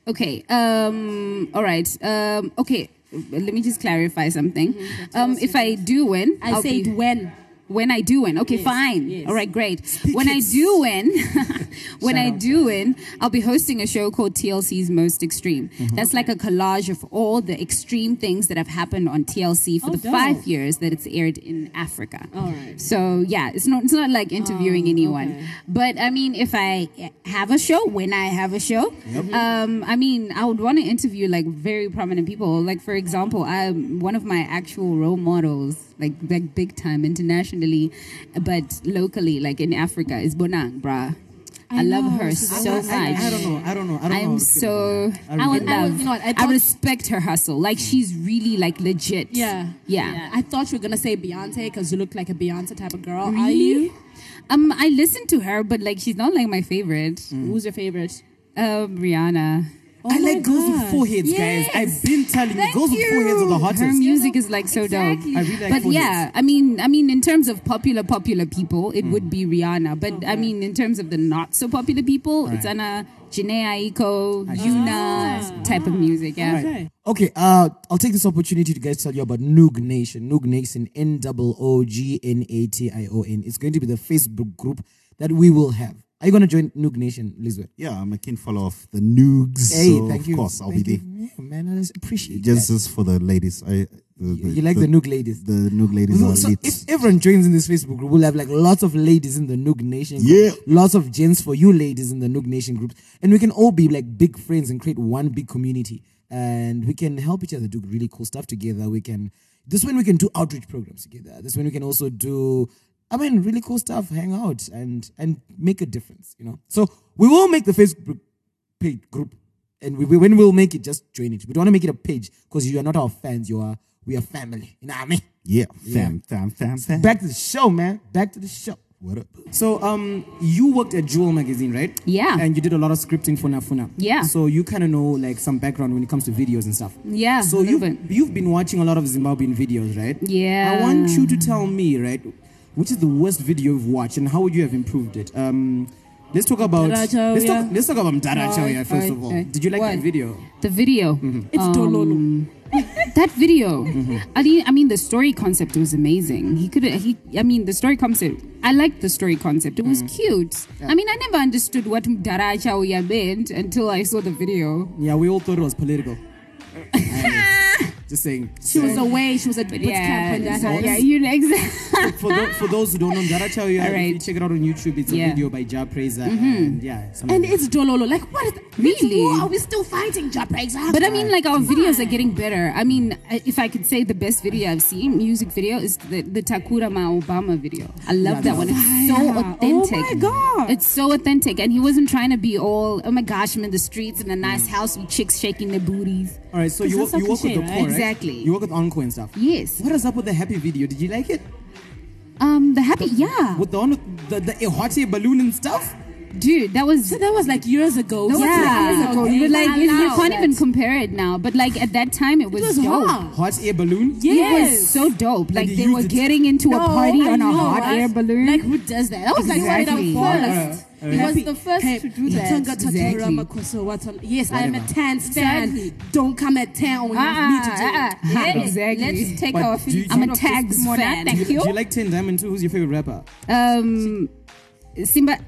Speaker 5: Okay. Um. All right. Um. Okay. Let me just clarify something. Um. If I do win,
Speaker 6: I
Speaker 5: I'll
Speaker 6: said
Speaker 5: be-
Speaker 6: when.
Speaker 5: When I do win, okay,
Speaker 6: Yes,
Speaker 5: fine.
Speaker 6: yes.
Speaker 5: All right, great. when I do win, *laughs* when I do win, I'll be hosting a show called TLC's Most Extreme.
Speaker 6: Mm-hmm.
Speaker 5: That's like a collage of all the extreme things that have happened on TLC for
Speaker 6: Oh,
Speaker 5: the
Speaker 6: dope.
Speaker 5: five years that it's aired in Africa.
Speaker 6: All right.
Speaker 5: So yeah, it's not it's not like interviewing anyone, but I mean, if I have a show, when I have a show, um, I mean, I would want to interview like very prominent people. Like for example, I'm one of my actual role models, like like big time internationally, but locally, like in Africa, is Bonang, bruh. I, love
Speaker 6: know,
Speaker 5: her
Speaker 6: she's
Speaker 5: so much.
Speaker 3: I, I don't know. I don't know. I don't know. how
Speaker 5: I'm
Speaker 3: to feel
Speaker 5: so.
Speaker 3: about that.
Speaker 5: I,
Speaker 3: really
Speaker 5: would
Speaker 3: don't.
Speaker 5: love.
Speaker 6: you know what, I
Speaker 5: I,
Speaker 6: thought-
Speaker 5: respect her hustle. Like she's really like legit.
Speaker 6: Yeah.
Speaker 5: Yeah.
Speaker 6: I thought you were gonna say Beyonce because you look like a Beyonce type of girl. Are
Speaker 5: Really?
Speaker 6: you?
Speaker 5: Um, I listen to her, but like she's not like my favorite.
Speaker 6: Who's your favorite?
Speaker 5: Um, Rihanna.
Speaker 6: Oh
Speaker 3: I like
Speaker 6: my
Speaker 3: girls with
Speaker 6: gosh.
Speaker 3: foreheads,
Speaker 5: Yes.
Speaker 3: guys. I've been telling you,
Speaker 5: Thank
Speaker 3: girls with foreheads are the
Speaker 5: you.
Speaker 3: hottest.
Speaker 5: Her music is like so
Speaker 8: Exactly.
Speaker 5: dope.
Speaker 3: I really like
Speaker 5: but
Speaker 3: foreheads.
Speaker 5: yeah, I mean, I mean, in terms of popular, popular people, it would be Rihanna. But I mean, in terms of the not so popular people, it's
Speaker 3: Right.
Speaker 5: Anna, Jhené Aiko, Yuna type of music. Yeah.
Speaker 6: Okay.
Speaker 7: Okay, uh, I'll take this opportunity to guys tell you about Noog Nation. Noog Nation, N O O G N A T I O N. It's going to be the Facebook group that we will have. Are you going to join Noog Nation, Lizbeth?
Speaker 4: Yeah, I'm a keen follower of the Noogs.
Speaker 7: Hey,
Speaker 4: so
Speaker 7: thank
Speaker 4: of
Speaker 7: you.
Speaker 4: course, I'll
Speaker 7: Thank
Speaker 4: be there.
Speaker 7: you. Yeah, man, I just appreciate
Speaker 4: Just,
Speaker 7: that.
Speaker 4: just for the ladies. I, the, the,
Speaker 7: You like the, Noog ladies.
Speaker 4: The Noog ladies are
Speaker 7: so
Speaker 4: lit.
Speaker 7: if everyone joins in this Facebook group, we'll have like lots of ladies in the Noog Nation group,
Speaker 4: Yeah.
Speaker 7: lots of gents for you ladies in the Noog Nation group, and we can all be like big friends and create one big community, and we can help each other do really cool stuff together. We can this when we can do outreach programs together. This when we can also do. I mean, really cool stuff. Hang out and and make a difference, you know. So we will make the Facebook page group, and we, we- when we'll make it, just join it. We don't want to make it a page because you are not our fans. You are we are family. You know what I mean?
Speaker 4: yeah, fam, fam, fam, fam.
Speaker 7: Back to the show, man. Back to the show.
Speaker 4: What up?
Speaker 3: So, um, you worked at Jewel Magazine, right?
Speaker 5: Yeah.
Speaker 3: And you did a lot of scripting for Nafuna.
Speaker 5: Yeah.
Speaker 3: So you kind of know like some background when it comes to videos and stuff.
Speaker 5: Yeah,
Speaker 3: So
Speaker 5: a little
Speaker 3: you've
Speaker 5: bit.
Speaker 3: you've been watching a lot of Zimbabwean videos, right?
Speaker 5: Yeah.
Speaker 3: I want you to tell me, right, which is the worst video you've watched and how would you have improved it? Um, let's talk about let's
Speaker 6: Mdaracho, yeah.
Speaker 3: talk let's talk about Mdara
Speaker 6: Aye,
Speaker 3: first
Speaker 5: aye,
Speaker 3: of all.
Speaker 5: aye.
Speaker 3: Did you like
Speaker 5: What?
Speaker 3: that
Speaker 5: *laughs*
Speaker 3: video?
Speaker 5: The video.
Speaker 6: It's Tololo.
Speaker 5: that video I, mean, I mean the story concept was amazing he could he i mean the story concept i liked the story concept it was cute i mean i never understood what mdaracha uya meant until i saw the video
Speaker 3: Yeah, we all thought it was
Speaker 5: *laughs*
Speaker 3: political. Just saying.
Speaker 6: She was away. She was at boot
Speaker 5: yeah,
Speaker 6: camp on that
Speaker 5: so- yeah
Speaker 6: night.
Speaker 5: you know exactly
Speaker 3: for, tho- for those who don't know, Mdara Chao,
Speaker 5: All right.
Speaker 3: you check it out on YouTube. It's a
Speaker 5: Yeah. Mm-hmm.
Speaker 3: video by Ja Praiser. And yeah, some-
Speaker 6: And it's Dololo. Like, what is It's
Speaker 5: Really?
Speaker 6: war. Are we still fighting, Japra? Exactly.
Speaker 5: But I mean, like our videos are getting better. I mean, I- if I could say the best video I've seen, music video, is the, the Takurama Obama video. I love that one. It's so
Speaker 6: fire.
Speaker 5: authentic.
Speaker 6: Oh my God.
Speaker 5: It's so authentic, and he wasn't trying to be all, oh my gosh, I'm in the streets in a nice house with chicks shaking their booties.
Speaker 3: all right, so you,
Speaker 6: Because
Speaker 3: wo-
Speaker 6: that's
Speaker 3: you
Speaker 6: our
Speaker 3: work with the
Speaker 6: cliche,
Speaker 3: core,
Speaker 5: right?
Speaker 3: right?
Speaker 5: Exactly.
Speaker 3: You work with Encore and stuff.
Speaker 5: Yes.
Speaker 3: What is up with the happy video? Did you like it?
Speaker 5: Um, the happy, yeah,
Speaker 3: With the one with the, the hot air balloon and stuff?
Speaker 5: dude, that was.
Speaker 6: So that was like years ago.
Speaker 5: That was yeah,
Speaker 6: yeah.
Speaker 5: You were like
Speaker 6: Allow
Speaker 5: you can't
Speaker 6: that.
Speaker 5: even compare it now. But like at that time, it was,
Speaker 6: It was
Speaker 5: dope.
Speaker 6: hot.
Speaker 3: Hot air balloon?
Speaker 6: Yes.
Speaker 5: It was so dope. Like
Speaker 3: you
Speaker 5: they were
Speaker 3: used it.
Speaker 5: getting into a
Speaker 6: No,
Speaker 5: party
Speaker 6: I
Speaker 5: on a
Speaker 6: know,
Speaker 5: hot
Speaker 6: right?
Speaker 5: air balloon.
Speaker 6: Like who does that? That was
Speaker 5: Exactly.
Speaker 6: like one of
Speaker 5: Yeah.
Speaker 6: the first. He was the first to do that.
Speaker 5: Exactly.
Speaker 6: Yes, I am a tan stand.
Speaker 5: Exactly.
Speaker 6: Don't come at tan
Speaker 5: *laughs*
Speaker 6: on
Speaker 5: Ah,
Speaker 6: me to do.
Speaker 5: ah, ah. Exactly.
Speaker 8: Let's take
Speaker 3: But
Speaker 8: our
Speaker 3: do you-
Speaker 8: feet.
Speaker 5: I'm a
Speaker 8: out of
Speaker 5: tags
Speaker 8: this corner.
Speaker 5: fan.
Speaker 8: Thank
Speaker 3: Do you, do you like Ten Diamond too? Who's your favorite rapper?
Speaker 5: Um, Simba,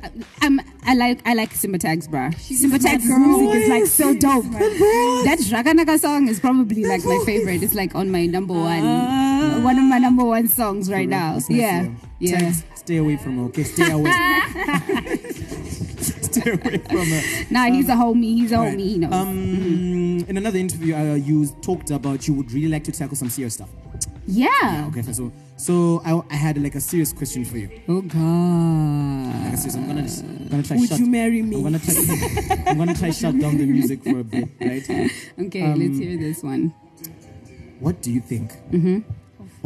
Speaker 5: um, I like I like Simba Tags, bruh. Simba Tags
Speaker 6: girl.
Speaker 5: music is like so
Speaker 6: Yes.
Speaker 5: dope. That Raganaka song is probably like my favorite. It's like on my number one,
Speaker 3: Ah.
Speaker 5: one of my number one songs right now. Yeah, yeah.
Speaker 3: Tags, stay away from her. Okay, stay
Speaker 5: *laughs*
Speaker 3: away. stay away from
Speaker 5: *laughs*
Speaker 3: her.
Speaker 5: Nah, he's a homie. He's a
Speaker 3: Right.
Speaker 5: homie. He knows. Mm-hmm.
Speaker 3: Um, in another interview, uh, you talked about you would really like to tackle some serious stuff.
Speaker 5: yeah.
Speaker 3: Okay, so so I, I had like a serious question for you.
Speaker 5: Oh God.
Speaker 3: Like, seriously, I'm gonna, just- I'm gonna try.
Speaker 6: Would
Speaker 3: shut,
Speaker 6: you marry me?
Speaker 3: I'm gonna try. *laughs* I'm gonna try shut down the music for a bit, right?
Speaker 5: Okay, let's hear this one.
Speaker 3: What do you think
Speaker 6: Mm-hmm.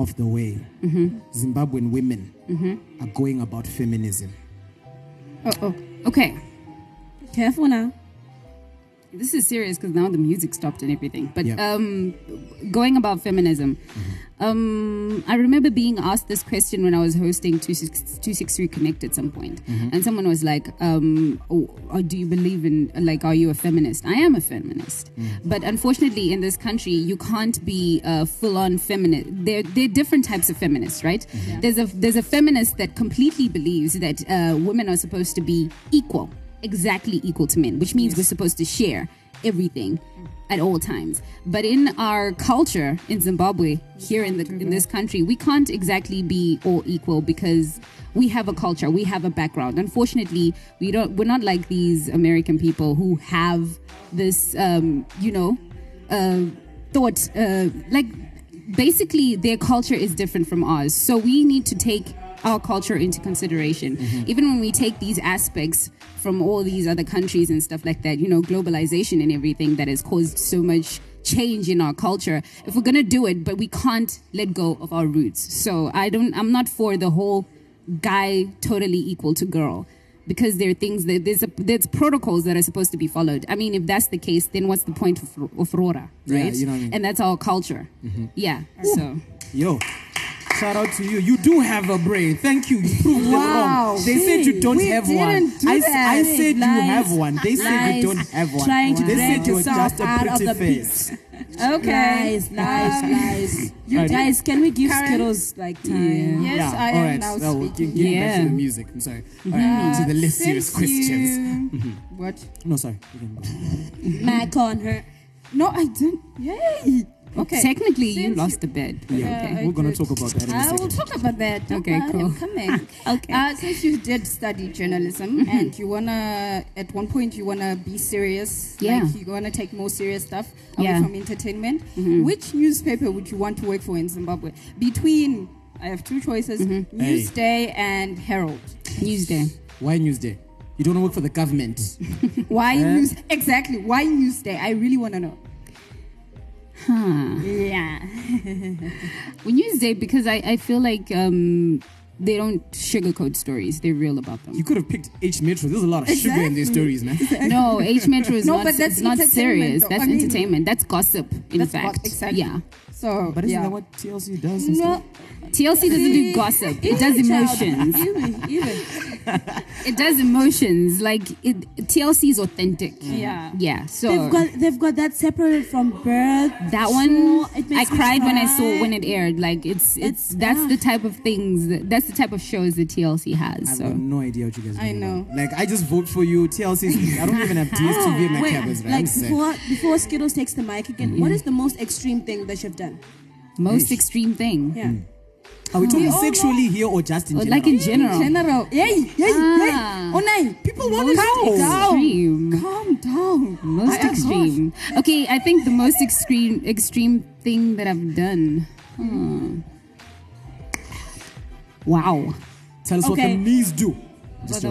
Speaker 3: of the way Zimbabwean women
Speaker 6: Mm-hmm.
Speaker 3: are going about feminism?
Speaker 5: Oh, oh. Okay.
Speaker 6: Careful now.
Speaker 5: this is serious because now the music stopped and everything. But
Speaker 3: Yeah.
Speaker 5: um, going about feminism, um, I remember being asked this question when I was hosting 26- 263 Connect at some point. And someone was like, um, oh, oh, Do you believe in, like, are you a feminist? I am a feminist. But unfortunately, in this country, you can't be a full on feminist. There, there are different types of feminists, right? There's, a, there's a feminist that completely believes that uh, women are supposed to be equal exactly equal to men, which means we're supposed to share everything at all times. But in our culture in Zimbabwe, here in the in this country, we can't exactly be all equal because we have a culture, we have a background. Unfortunately, we don't we're not like these American people who have this um, you know, uh, thought uh, like basically their culture is different from ours so we need to take our culture into consideration even when we take these aspects from all these other countries and stuff like that you know globalization and everything that has caused so much change in our culture if we're going to do it but we can't let go of our roots so i don't i'm not for the whole guy totally equal to girl because there are things that there's, a, there's protocols that are supposed to be followed. I mean, if that's the case, then what's the point of, of Rora,
Speaker 3: Yeah,
Speaker 5: right?
Speaker 3: you know what I mean. Mm-hmm.
Speaker 5: And that's our culture. Yeah. So
Speaker 3: Yo. Shout out to you. You do have a brain. Thank you. You proved wow. wrong. They said you don't
Speaker 8: we
Speaker 3: have
Speaker 8: didn't
Speaker 3: one.
Speaker 8: do
Speaker 3: I, s-
Speaker 8: that.
Speaker 3: I said you
Speaker 6: Lies.
Speaker 3: have one. They said
Speaker 6: Lies.
Speaker 3: you don't have one.
Speaker 6: Trying to
Speaker 3: they said
Speaker 6: drag
Speaker 3: you were
Speaker 6: yourself
Speaker 3: just a
Speaker 6: out of
Speaker 3: pretty
Speaker 6: the
Speaker 3: face.
Speaker 5: okay.
Speaker 6: Lies, lies, lies.
Speaker 3: Alright.
Speaker 6: Guys, can we give
Speaker 8: Karen?
Speaker 6: Skittles like time?
Speaker 8: Yes,
Speaker 3: yeah,
Speaker 8: I
Speaker 3: all
Speaker 8: am
Speaker 3: right.
Speaker 8: now
Speaker 3: Well, we'll
Speaker 8: speaking. Mm-hmm.
Speaker 3: get- get back to
Speaker 5: Yeah.
Speaker 3: the music. I'm sorry. All right, to the less serious
Speaker 8: Since
Speaker 3: questions.
Speaker 8: you- *laughs* What?
Speaker 3: No, sorry. You can go.
Speaker 6: Mac on her.
Speaker 8: No, I didn't. Yay! Okay.
Speaker 5: Technically, you
Speaker 8: Since
Speaker 5: lost the bed.
Speaker 3: Yeah,
Speaker 8: Yeah, I
Speaker 3: we're gonna
Speaker 8: did.
Speaker 3: talk about that in a
Speaker 8: I will
Speaker 3: second.
Speaker 8: talk about that. Don't
Speaker 5: Okay,
Speaker 8: worry,
Speaker 5: cool.
Speaker 8: I'm
Speaker 3: *laughs*
Speaker 8: coming.
Speaker 5: Okay.
Speaker 8: Uh, since you did study journalism
Speaker 3: Mm-hmm.
Speaker 8: and you wanna, at one point, you wanna be serious.
Speaker 5: Yeah.
Speaker 8: Like you wanna take more serious stuff away
Speaker 5: Yeah.
Speaker 8: from entertainment.
Speaker 3: Mm-hmm.
Speaker 8: Which newspaper would you want to work for in Zimbabwe? Between, I have two choices:
Speaker 3: Mm-hmm.
Speaker 8: Newsday and Herald.
Speaker 5: Newsday.
Speaker 3: Why Newsday? You don't work for the government.
Speaker 8: Why
Speaker 3: Eh?
Speaker 8: news? Exactly. Why Newsday? I really wanna know. Yeah.
Speaker 5: When you say because I, I feel like um, they don't sugarcoat stories. They're real about them.
Speaker 3: You could have picked H Metro. There's a lot of sugar in these stories,
Speaker 8: *laughs*
Speaker 3: man.
Speaker 5: No, H Metro is
Speaker 8: No,
Speaker 5: not,
Speaker 8: but that's
Speaker 5: it's not
Speaker 8: entertainment,
Speaker 5: serious.
Speaker 8: though.
Speaker 5: That's
Speaker 8: I mean-
Speaker 5: entertainment. That's gossip, in
Speaker 8: That's
Speaker 5: fact.
Speaker 8: what- exactly.
Speaker 5: Yeah.
Speaker 8: So,
Speaker 3: But isn't
Speaker 8: yeah.
Speaker 3: that what TLC does? and
Speaker 8: No,
Speaker 3: stuff?
Speaker 5: TLC doesn't do gossip. It does emotions.
Speaker 8: even, even.
Speaker 5: It does emotions. Like it, TLC is authentic.
Speaker 8: Yeah.
Speaker 5: Yeah. So
Speaker 6: They've got they've got that separated from birth.
Speaker 5: that one,
Speaker 6: so it
Speaker 5: I
Speaker 6: makes me
Speaker 5: cried when I saw
Speaker 6: cry.
Speaker 5: when it aired. Like it's it's,
Speaker 6: It's-
Speaker 5: that's
Speaker 6: ah.
Speaker 5: the type of things that, that's the type of shows that TLC has.
Speaker 3: I've
Speaker 5: so
Speaker 3: got no idea what you guys. are
Speaker 8: I
Speaker 3: doing.
Speaker 8: know.
Speaker 3: Like I just vote for you, TLC. I don't even
Speaker 8: *laughs*
Speaker 3: have DSTV in my cameras, right? I'm
Speaker 6: like
Speaker 3: just saying.
Speaker 6: before before Skittles takes the mic again, what is the most extreme thing that you've done?
Speaker 5: most extreme thing.
Speaker 6: Yeah.
Speaker 3: Are we talking sexually here or just in
Speaker 5: Or,
Speaker 3: general?
Speaker 5: Like in general.
Speaker 8: General,
Speaker 6: Yay, yay,
Speaker 5: Ah.
Speaker 6: yay. Oh nine. People want to
Speaker 5: Most extreme.
Speaker 8: calm down.
Speaker 5: Most extreme. Okay, I think the most extreme extreme thing that I've done. Hmm. Wow.
Speaker 3: Tell us what the
Speaker 6: Okay.
Speaker 3: knees do.
Speaker 5: What the,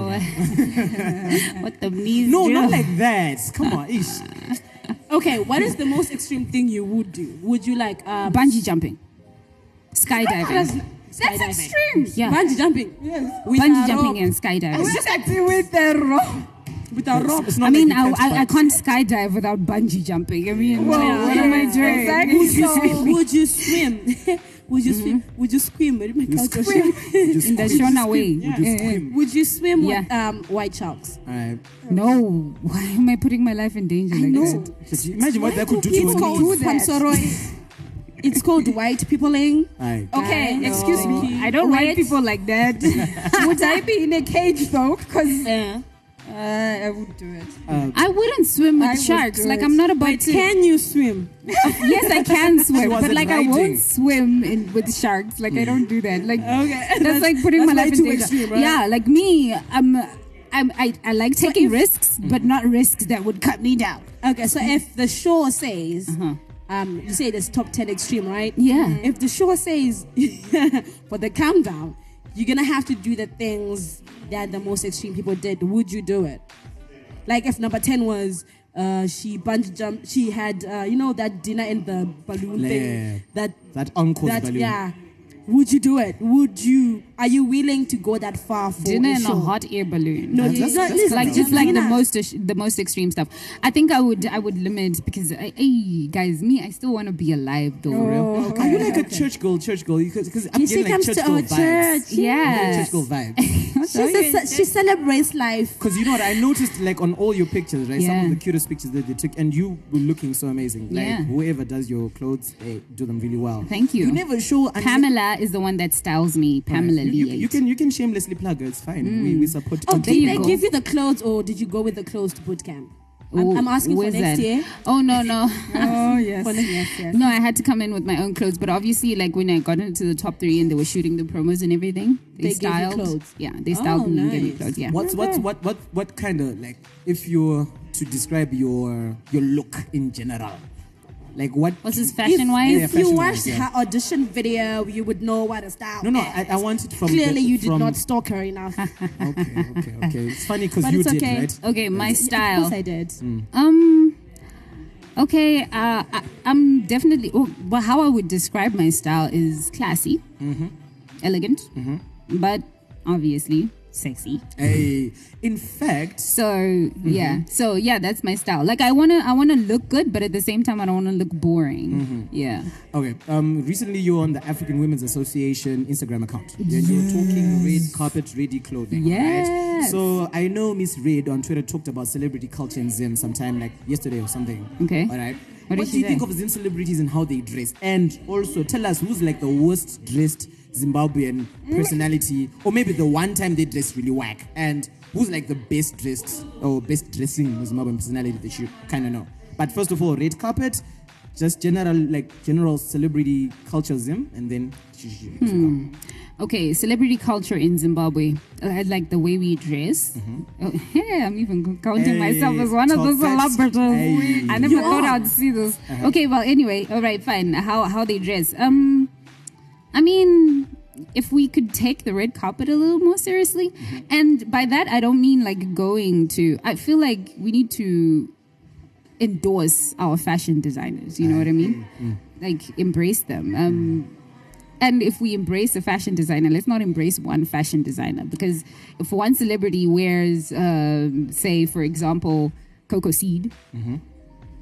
Speaker 5: what the *laughs* means
Speaker 3: No,
Speaker 5: do.
Speaker 3: Oh, not like that. Come on,
Speaker 8: *laughs*
Speaker 3: ish.
Speaker 6: Okay, what is the most extreme thing you would do? Would you like um,
Speaker 5: bungee jumping, skydiving,
Speaker 8: That's
Speaker 6: skydiving?
Speaker 8: extreme.
Speaker 5: yeah,
Speaker 6: Bungee jumping. Yes. With
Speaker 5: bungee
Speaker 6: a
Speaker 5: jumping
Speaker 6: rope.
Speaker 5: and skydiving.
Speaker 6: Oh,
Speaker 8: It's just acting with the rope.
Speaker 6: With a rope. *laughs*
Speaker 3: It's not
Speaker 5: I mean,
Speaker 3: like
Speaker 5: I,
Speaker 3: you
Speaker 5: I, I
Speaker 3: fight.
Speaker 5: can't skydive without bungee jumping. I mean, what am I doing? *laughs*
Speaker 8: Exactly.
Speaker 6: So would you swim? *laughs* would you swim? Would you scream? Would you
Speaker 8: *laughs*
Speaker 6: scream?
Speaker 3: Just *laughs*
Speaker 5: In the
Speaker 3: squeeze.
Speaker 5: Shona way.
Speaker 3: Just scream.
Speaker 6: Would you swim with
Speaker 5: Yeah.
Speaker 6: um, white sharks?
Speaker 3: All right.
Speaker 5: No, why am I putting my life in danger like that?
Speaker 3: But you- Imagine what that could do to
Speaker 6: It's
Speaker 3: a
Speaker 6: called
Speaker 3: knee.
Speaker 6: Pamsoroi. it's called white peopling.
Speaker 3: All right.
Speaker 8: Okay, excuse me.
Speaker 5: I don't like people like *laughs* that.
Speaker 8: Would I be in a cage though? Because
Speaker 6: Yeah.
Speaker 8: uh, I would do it.
Speaker 5: I wouldn't swim with
Speaker 8: I would
Speaker 5: sharks.
Speaker 8: do
Speaker 5: Like
Speaker 8: it.
Speaker 5: I'm not about
Speaker 6: But
Speaker 5: to.
Speaker 6: can you swim?
Speaker 5: yes, I
Speaker 6: *laughs*
Speaker 5: can swim,
Speaker 3: was
Speaker 5: but like I
Speaker 3: inviting.
Speaker 5: won't swim in, with sharks. Like I don't do that.
Speaker 6: *laughs*
Speaker 5: Like *laughs* that's,
Speaker 6: That's-
Speaker 5: like putting
Speaker 6: that's
Speaker 5: my
Speaker 6: way
Speaker 5: life in
Speaker 6: too
Speaker 5: danger.
Speaker 6: extreme, right?
Speaker 5: Yeah, like me, I'm. I'm, I, I like taking risks,
Speaker 6: Mm-hmm.
Speaker 5: but not risks that would cut me down.
Speaker 6: Okay, so if the show says, um, you say this top 10 extreme, right?
Speaker 5: Yeah. Mhm.
Speaker 6: If the show says *laughs* for the countdown, you're going to have to do the things that the most extreme people did, would you do it? Like if number 10 was. Uh, she bungee jumped. She had, uh, you know, that dinner in the balloon
Speaker 3: Yeah.
Speaker 6: thing. That
Speaker 3: That uncle's
Speaker 6: that
Speaker 3: balloon.
Speaker 6: yeah. Would you do it? Would you? Are you willing to go that far for
Speaker 5: Dinner
Speaker 6: a
Speaker 5: in
Speaker 6: show?
Speaker 5: a hot air balloon.
Speaker 6: No,
Speaker 3: that's-
Speaker 6: no,
Speaker 3: that's
Speaker 6: listen,
Speaker 5: like just like the
Speaker 6: dinner.
Speaker 5: most the most extreme stuff. I think I would I would limit because I, ay, guys, me I still want to be alive though.
Speaker 3: Are you like a church girl? Church girl? Because I'm
Speaker 6: And she
Speaker 3: getting like
Speaker 6: comes
Speaker 3: church
Speaker 6: to
Speaker 3: girl
Speaker 6: our
Speaker 3: vibes.
Speaker 6: church.
Speaker 5: Yeah.
Speaker 3: Church girl vibes.
Speaker 6: She's a, she celebrates life.
Speaker 3: Because you know what I noticed, like on all your pictures, right? Some
Speaker 5: Yeah.
Speaker 3: of the cutest pictures that they took, and you were looking so amazing. Like
Speaker 5: Yeah.
Speaker 3: whoever does your clothes, they do them really well.
Speaker 5: Thank you.
Speaker 3: You never show
Speaker 5: Pamela is the one that styles me. Pamela
Speaker 3: You,
Speaker 5: Lee.
Speaker 3: you, you can you can shamelessly plug her. It's fine. We, we support.
Speaker 6: Oh,
Speaker 5: there
Speaker 6: did
Speaker 5: you
Speaker 6: they
Speaker 5: go.
Speaker 6: give you the clothes or did you go with the closed boot camp? I'm, I'm asking for
Speaker 5: Wizard.
Speaker 6: next year.
Speaker 5: *laughs* Oh no
Speaker 6: *laughs*
Speaker 5: no.
Speaker 8: Oh yes.
Speaker 6: For next year.
Speaker 5: No, I had to come in with my own clothes, but obviously, like when I got into the top three and they were shooting the promos and everything, they,
Speaker 6: They gave you
Speaker 5: styled.
Speaker 6: clothes?
Speaker 5: Yeah, they styled
Speaker 6: Oh,
Speaker 5: me and gave me
Speaker 6: nice.
Speaker 5: clothes. Yeah.
Speaker 3: What's what's what what what kind of like if you're to describe your your look in general, like what
Speaker 5: What's this
Speaker 6: If,
Speaker 5: fashion wise?
Speaker 3: Yeah,
Speaker 6: if you
Speaker 3: fashion-wise,
Speaker 6: watched
Speaker 3: yeah.
Speaker 6: her audition video, you would know what a style.
Speaker 3: No, no,
Speaker 6: is.
Speaker 3: I, I want it from.
Speaker 6: Clearly,
Speaker 3: the,
Speaker 6: you did
Speaker 3: from-
Speaker 6: not stalk her
Speaker 5: *laughs*
Speaker 6: enough.
Speaker 3: *laughs* Okay, okay, okay. It's funny because
Speaker 6: But
Speaker 3: you
Speaker 6: it's
Speaker 3: did,
Speaker 6: okay.
Speaker 3: right?
Speaker 5: Okay, my
Speaker 6: Of
Speaker 5: style.
Speaker 6: course, I did.
Speaker 3: Mm.
Speaker 5: Um. Okay, uh, I, I'm definitely. Oh, but how I would describe
Speaker 6: Mm-hmm.
Speaker 5: my style is classy, elegant, but obviously sexy.
Speaker 3: Hey, in fact,
Speaker 5: So
Speaker 6: Mm-hmm.
Speaker 5: yeah, so yeah, that's my style. Like I wanna, I wanna look good, but at the same time, I don't wanna look boring.
Speaker 3: Mm-hmm.
Speaker 5: Yeah,
Speaker 3: okay. Um, recently you were on the African Women's Association Instagram account. Then you were talking red carpet ready clothing. right?
Speaker 5: Yes.
Speaker 3: So I know Miss Red on Twitter talked about celebrity culture in Zim sometime like yesterday or something.
Speaker 5: Okay.
Speaker 3: All right.
Speaker 5: Eh? What
Speaker 3: What,
Speaker 5: did
Speaker 3: do you
Speaker 5: she
Speaker 3: think
Speaker 5: say?
Speaker 3: of Zim celebrities and how they dress? And also tell us who's like the worst dressed Zimbabwean
Speaker 5: Mm.
Speaker 3: personality, or maybe the one time they dressed really whack, and who's like the best dressed or best dressing Zimbabwean personality that you kind of know. But first of all, red carpet, just general like general celebrity culture Zim, and then.
Speaker 5: Hmm, Okay, celebrity culture in Zimbabwe. I uh, like the way we dress. Oh, *laughs* hey, I'm even counting
Speaker 3: Mm-hmm. Hey,
Speaker 5: myself as one of
Speaker 3: top
Speaker 5: those
Speaker 3: facts.
Speaker 5: celebrities.
Speaker 3: Hey.
Speaker 5: I never thought I'd see this. Okay, well, anyway, all right, fine. How how they dress? Um, I mean, if we could take the red carpet a little more seriously, and by that I don't mean like going to. I feel like we need to endorse our fashion designers. You know what I mean? Like embrace them. Um, and if we embrace a fashion designer, let's not embrace one fashion designer because if one celebrity wears, um, say, for example, cocoa seed,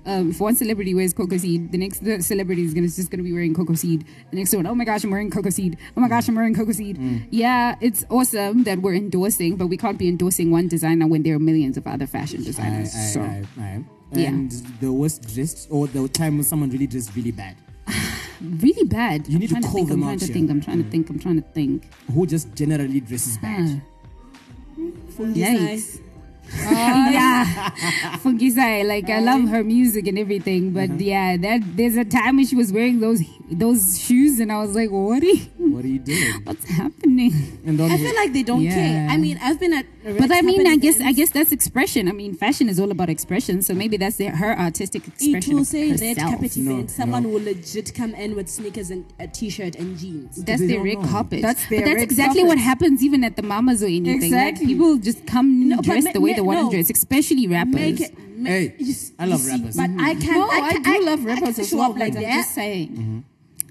Speaker 5: um, if one celebrity wears cocoa seed, the next the celebrity is gonna is just gonna be wearing cocoa seed. The next one, oh my gosh, I'm wearing cocoa seed. Oh my gosh, I'm wearing cocoa seed. Yeah, it's awesome that we're endorsing, but we can't be endorsing one designer when there are millions of other fashion designers. so. Yeah.
Speaker 3: And the worst dressed, or the time when someone really dressed really bad.
Speaker 5: Really bad.
Speaker 3: You need to
Speaker 5: I'm trying
Speaker 3: call
Speaker 5: think,
Speaker 3: them
Speaker 5: I'm trying
Speaker 3: out
Speaker 5: to
Speaker 3: here.
Speaker 5: think. Ah. I'm
Speaker 8: Mm.
Speaker 5: trying to think. I'm trying to think.
Speaker 3: Who just generally dresses bad?
Speaker 5: Yikes. yeah, Fungisai. Like I love her music and everything, but
Speaker 8: Uh-huh.
Speaker 5: yeah, that there's a time when she was wearing those those shoes, and I was like, what? Are you,
Speaker 3: What are you doing?
Speaker 5: what's happening?
Speaker 3: And don't
Speaker 6: I feel like they don't
Speaker 5: Yeah.
Speaker 6: care. I mean, I've been at. a
Speaker 5: But
Speaker 6: red
Speaker 5: I mean,
Speaker 6: carpet
Speaker 5: I guess I
Speaker 6: event.
Speaker 5: guess that's expression. I mean, fashion is all about expression, so maybe that's the, her artistic
Speaker 6: It
Speaker 5: expression.
Speaker 6: will
Speaker 5: of
Speaker 6: say red
Speaker 5: herself.
Speaker 6: carpet
Speaker 3: No,
Speaker 6: event.
Speaker 3: no.
Speaker 6: Someone will legit come in with sneakers and a t-shirt and jeans.
Speaker 5: That's
Speaker 3: They
Speaker 5: their
Speaker 3: don't
Speaker 5: red
Speaker 3: know.
Speaker 5: carpet.
Speaker 8: That's their
Speaker 5: but that's
Speaker 8: red
Speaker 5: exactly
Speaker 8: carpet.
Speaker 5: what happens even at the mamas or anything. Like,
Speaker 8: Exactly.
Speaker 5: people just come
Speaker 6: No, but
Speaker 5: dressed
Speaker 6: ma-
Speaker 5: the way
Speaker 6: ma-
Speaker 5: they want
Speaker 6: no.
Speaker 5: to dress, especially rappers.
Speaker 6: Make it. ma-
Speaker 3: Hey,
Speaker 6: you s-
Speaker 3: I love
Speaker 6: you
Speaker 3: rappers.
Speaker 6: But I can.
Speaker 5: Mm-hmm. no,
Speaker 6: I,
Speaker 5: I,
Speaker 6: can-
Speaker 5: do love
Speaker 6: I
Speaker 5: rappers
Speaker 6: can
Speaker 5: as
Speaker 6: show
Speaker 5: well.
Speaker 6: up like
Speaker 5: but I'm
Speaker 6: that.
Speaker 5: just saying.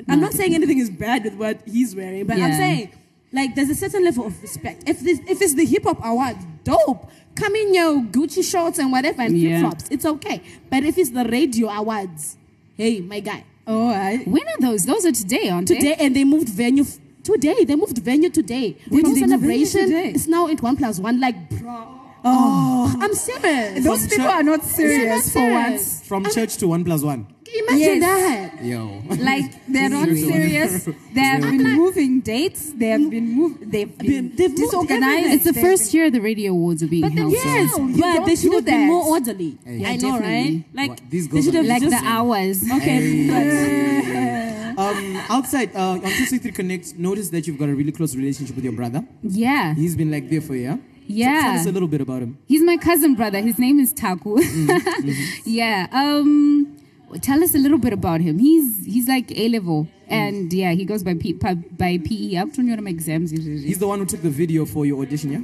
Speaker 6: I'm not saying anything is bad with what he's wearing, but I'm
Speaker 5: Yeah.
Speaker 6: saying like there's a certain level of respect. If this, if it's the hip hop award, dope. Come in your Gucci shorts and whatever and
Speaker 5: Yeah.
Speaker 6: flip flops. It's okay. But if it's the radio awards, hey, my guy.
Speaker 8: Oh, I,
Speaker 5: When are those? Those are today, aren't they?
Speaker 6: Today and they moved venue. f- Today they moved venue. Today the
Speaker 8: moved venue
Speaker 6: celebration
Speaker 8: today.
Speaker 6: is now at one plus one. Like, bro. Oh, I'm serious.
Speaker 8: those people are not
Speaker 6: They're not
Speaker 8: serious for once.
Speaker 6: serious.
Speaker 3: From church to one plus one.
Speaker 6: Imagine
Speaker 8: Yes.
Speaker 6: that.
Speaker 5: *laughs*
Speaker 3: Yo. *laughs*
Speaker 8: Like they're not
Speaker 3: Zero.
Speaker 8: *laughs* serious. They have been moving dates. They have been moved. They've been
Speaker 6: they've moved everything.
Speaker 8: disorganized.
Speaker 5: It's the
Speaker 8: They've
Speaker 5: first year the radio awards are being held. so-
Speaker 6: Yes,
Speaker 8: No, you
Speaker 6: but they
Speaker 8: don't
Speaker 6: should
Speaker 8: do
Speaker 6: have been
Speaker 8: that.
Speaker 6: more orderly.
Speaker 5: Yeah,
Speaker 6: I know,
Speaker 5: definitely.
Speaker 6: right? Like
Speaker 3: What, these
Speaker 6: they
Speaker 3: girls
Speaker 6: should
Speaker 3: are
Speaker 6: have
Speaker 5: like
Speaker 6: just
Speaker 5: the hours.
Speaker 6: okay. but-
Speaker 3: Um, outside, uh, on 263 Connect, notice that you've got a really close relationship with your brother.
Speaker 5: Yeah,
Speaker 3: He's been like there for you. yeah? Tell us a
Speaker 5: yeah.
Speaker 3: little bit about him.
Speaker 5: He's my cousin brother. His name is Taku. *laughs*
Speaker 8: Mm.
Speaker 5: yeah. Um, tell us a little bit about him. He's he's like A level,
Speaker 8: Mm.
Speaker 5: and yeah, he goes by P, by, by PE. I'm doing my exams.
Speaker 3: He's the one who took the video for your audition, yeah?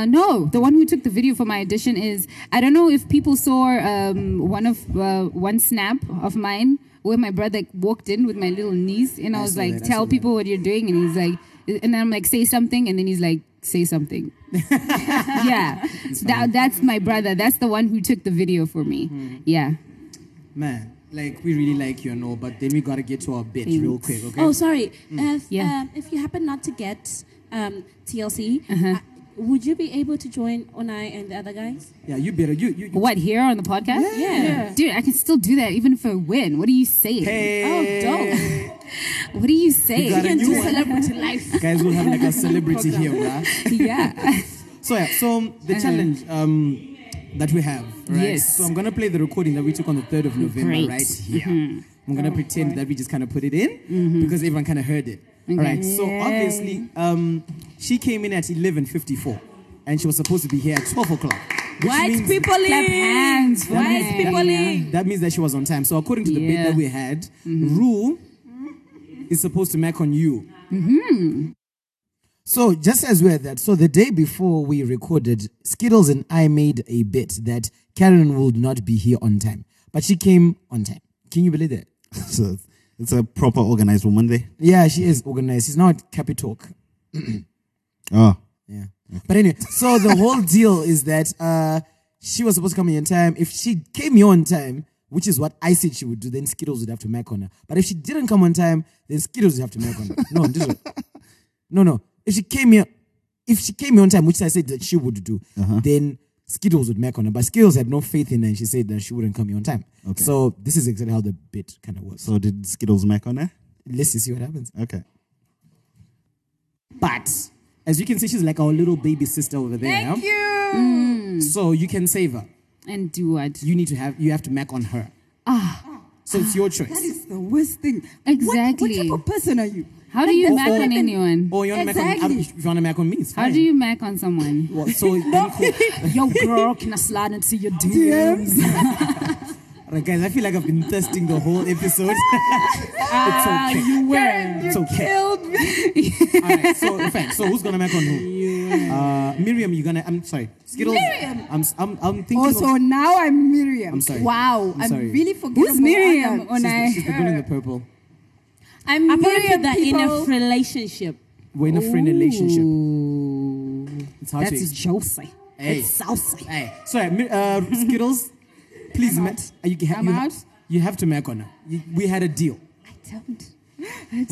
Speaker 5: Uh, no, the one who took the video for my audition is I don't know if people saw um, one of uh, one snap of mine where my brother walked in with my little niece and I, was
Speaker 3: saw
Speaker 5: like,
Speaker 3: that, I saw
Speaker 5: "Tell
Speaker 3: that.
Speaker 5: people what you're doing," and he's like, and I'm like, "Say something," and then he's like, "Say
Speaker 8: *laughs*
Speaker 5: something." yeah, that, that's my brother. That's the one who took the video for me.
Speaker 8: Hmm.
Speaker 5: Yeah,
Speaker 3: Man, like, we really like you and all, but then we gotta get to our bit real quick, okay?
Speaker 6: Oh, sorry. If,
Speaker 5: Yeah.
Speaker 6: um, if you happen not to get um, TLC, uh, would you be able to join Onai and the other guys?
Speaker 3: yeah, you better. You, you, you.
Speaker 5: what here on the podcast?
Speaker 6: Yeah.
Speaker 5: dude, I can still do that even if I win. What do you say?
Speaker 3: Hey.
Speaker 5: Oh, dope. What do you say?
Speaker 3: got a
Speaker 6: Can
Speaker 3: new
Speaker 6: do
Speaker 3: one.
Speaker 6: celebrity life.
Speaker 3: Guys, we'll have like a celebrity here, bruh.
Speaker 5: *laughs* yeah.
Speaker 3: So yeah, so um,
Speaker 6: Uh-huh.
Speaker 3: the challenge um, that we have, right?
Speaker 5: Yes.
Speaker 3: So I'm gonna play the recording that we took on the third of November,
Speaker 5: Great.
Speaker 3: right here.
Speaker 6: Mm-hmm.
Speaker 3: I'm gonna pretend that we just kind of put it in because everyone kind of heard it. All right. So obviously, um, she came in at 11:54, and she was supposed to be here at 12 o'clock. which means-
Speaker 5: Clap hands for
Speaker 6: White
Speaker 5: her.
Speaker 6: people in.
Speaker 3: That means that she was on time. So according to the
Speaker 5: Yeah.
Speaker 3: bid that we had, Rue is supposed to mac on you.
Speaker 7: So just as we're at that, so the day before we recorded, Skittles and I made a bet that Karen would not be here on time, but she came on time. Can you believe that?
Speaker 4: So it's a proper organized woman there.
Speaker 7: Yeah, she is organized. She's now at Capitalk.
Speaker 4: Oh.
Speaker 7: Yeah. But anyway, so the whole deal is that uh, she was supposed to come here on time. If she came here on time, which is what I said she would do, then Skittles would have to mac on her. But if she didn't come on time, then Skittles would have to mac on her. No, this is- no, no. If she came here, if she came here on time, which I said that she would do,
Speaker 4: Uh-huh.
Speaker 7: then Skittles would mac on her. But Skittles had no faith in her, and she said that she wouldn't come here on time.
Speaker 4: Okay.
Speaker 7: So this is exactly how the bit kind of works. So
Speaker 4: So did Skittles mac on her?
Speaker 7: let's just see what happens.
Speaker 4: Okay.
Speaker 3: But as you can see, she's like our little baby sister over there.
Speaker 8: Thank you.
Speaker 3: So you can save her.
Speaker 5: and do it.
Speaker 3: You need to have you have to mac on her. Ah. So it's your choice.
Speaker 8: That is the worst thing. What-
Speaker 5: Exactly.
Speaker 8: What, type of person are you?
Speaker 5: How do you
Speaker 8: Like,
Speaker 5: mac on
Speaker 8: that's not even-
Speaker 5: anyone?
Speaker 3: Or you want to mac on
Speaker 8: Exactly.
Speaker 3: if you want to mac on me, it's
Speaker 5: How
Speaker 3: fine.
Speaker 5: do you mac on someone?
Speaker 3: Well, so then cool.
Speaker 1: Yo, girl, can I slide into your
Speaker 6: *laughs*
Speaker 1: DMs?
Speaker 3: *laughs* Alright, guys, I feel like I've been thirsting the whole episode. *laughs* it's okay.
Speaker 1: You were.
Speaker 3: it's okay. *laughs* Alright, so fine. So who's gonna mac on who? Uh, Miriam, you're gonna. I'm sorry. Skittles. Miriam. I'm. I'm. I'm thinking.
Speaker 8: Oh,
Speaker 3: of-
Speaker 8: so now I'm Miriam.
Speaker 3: I'm sorry.
Speaker 8: Wow,
Speaker 3: I'm
Speaker 8: I'm,
Speaker 3: sorry.
Speaker 8: really forgetting.
Speaker 5: Who's Miriam?
Speaker 8: Adam.
Speaker 5: Oh, no.
Speaker 3: She's the girl in the purple.
Speaker 8: I'm
Speaker 6: Apparently,
Speaker 8: Miriam.
Speaker 6: they're in a
Speaker 8: people.
Speaker 6: relationship.
Speaker 3: We're in a friend relationship. It's hard to.
Speaker 6: That's Josie.
Speaker 3: Hey.
Speaker 6: It's Southside.
Speaker 3: Hey, sorry, Mi- uh, Skittles. Please, Matt. Are you, ha-
Speaker 8: I'm
Speaker 3: you,
Speaker 8: out.
Speaker 3: you have to mac on her. You- We had a deal.
Speaker 8: Don't.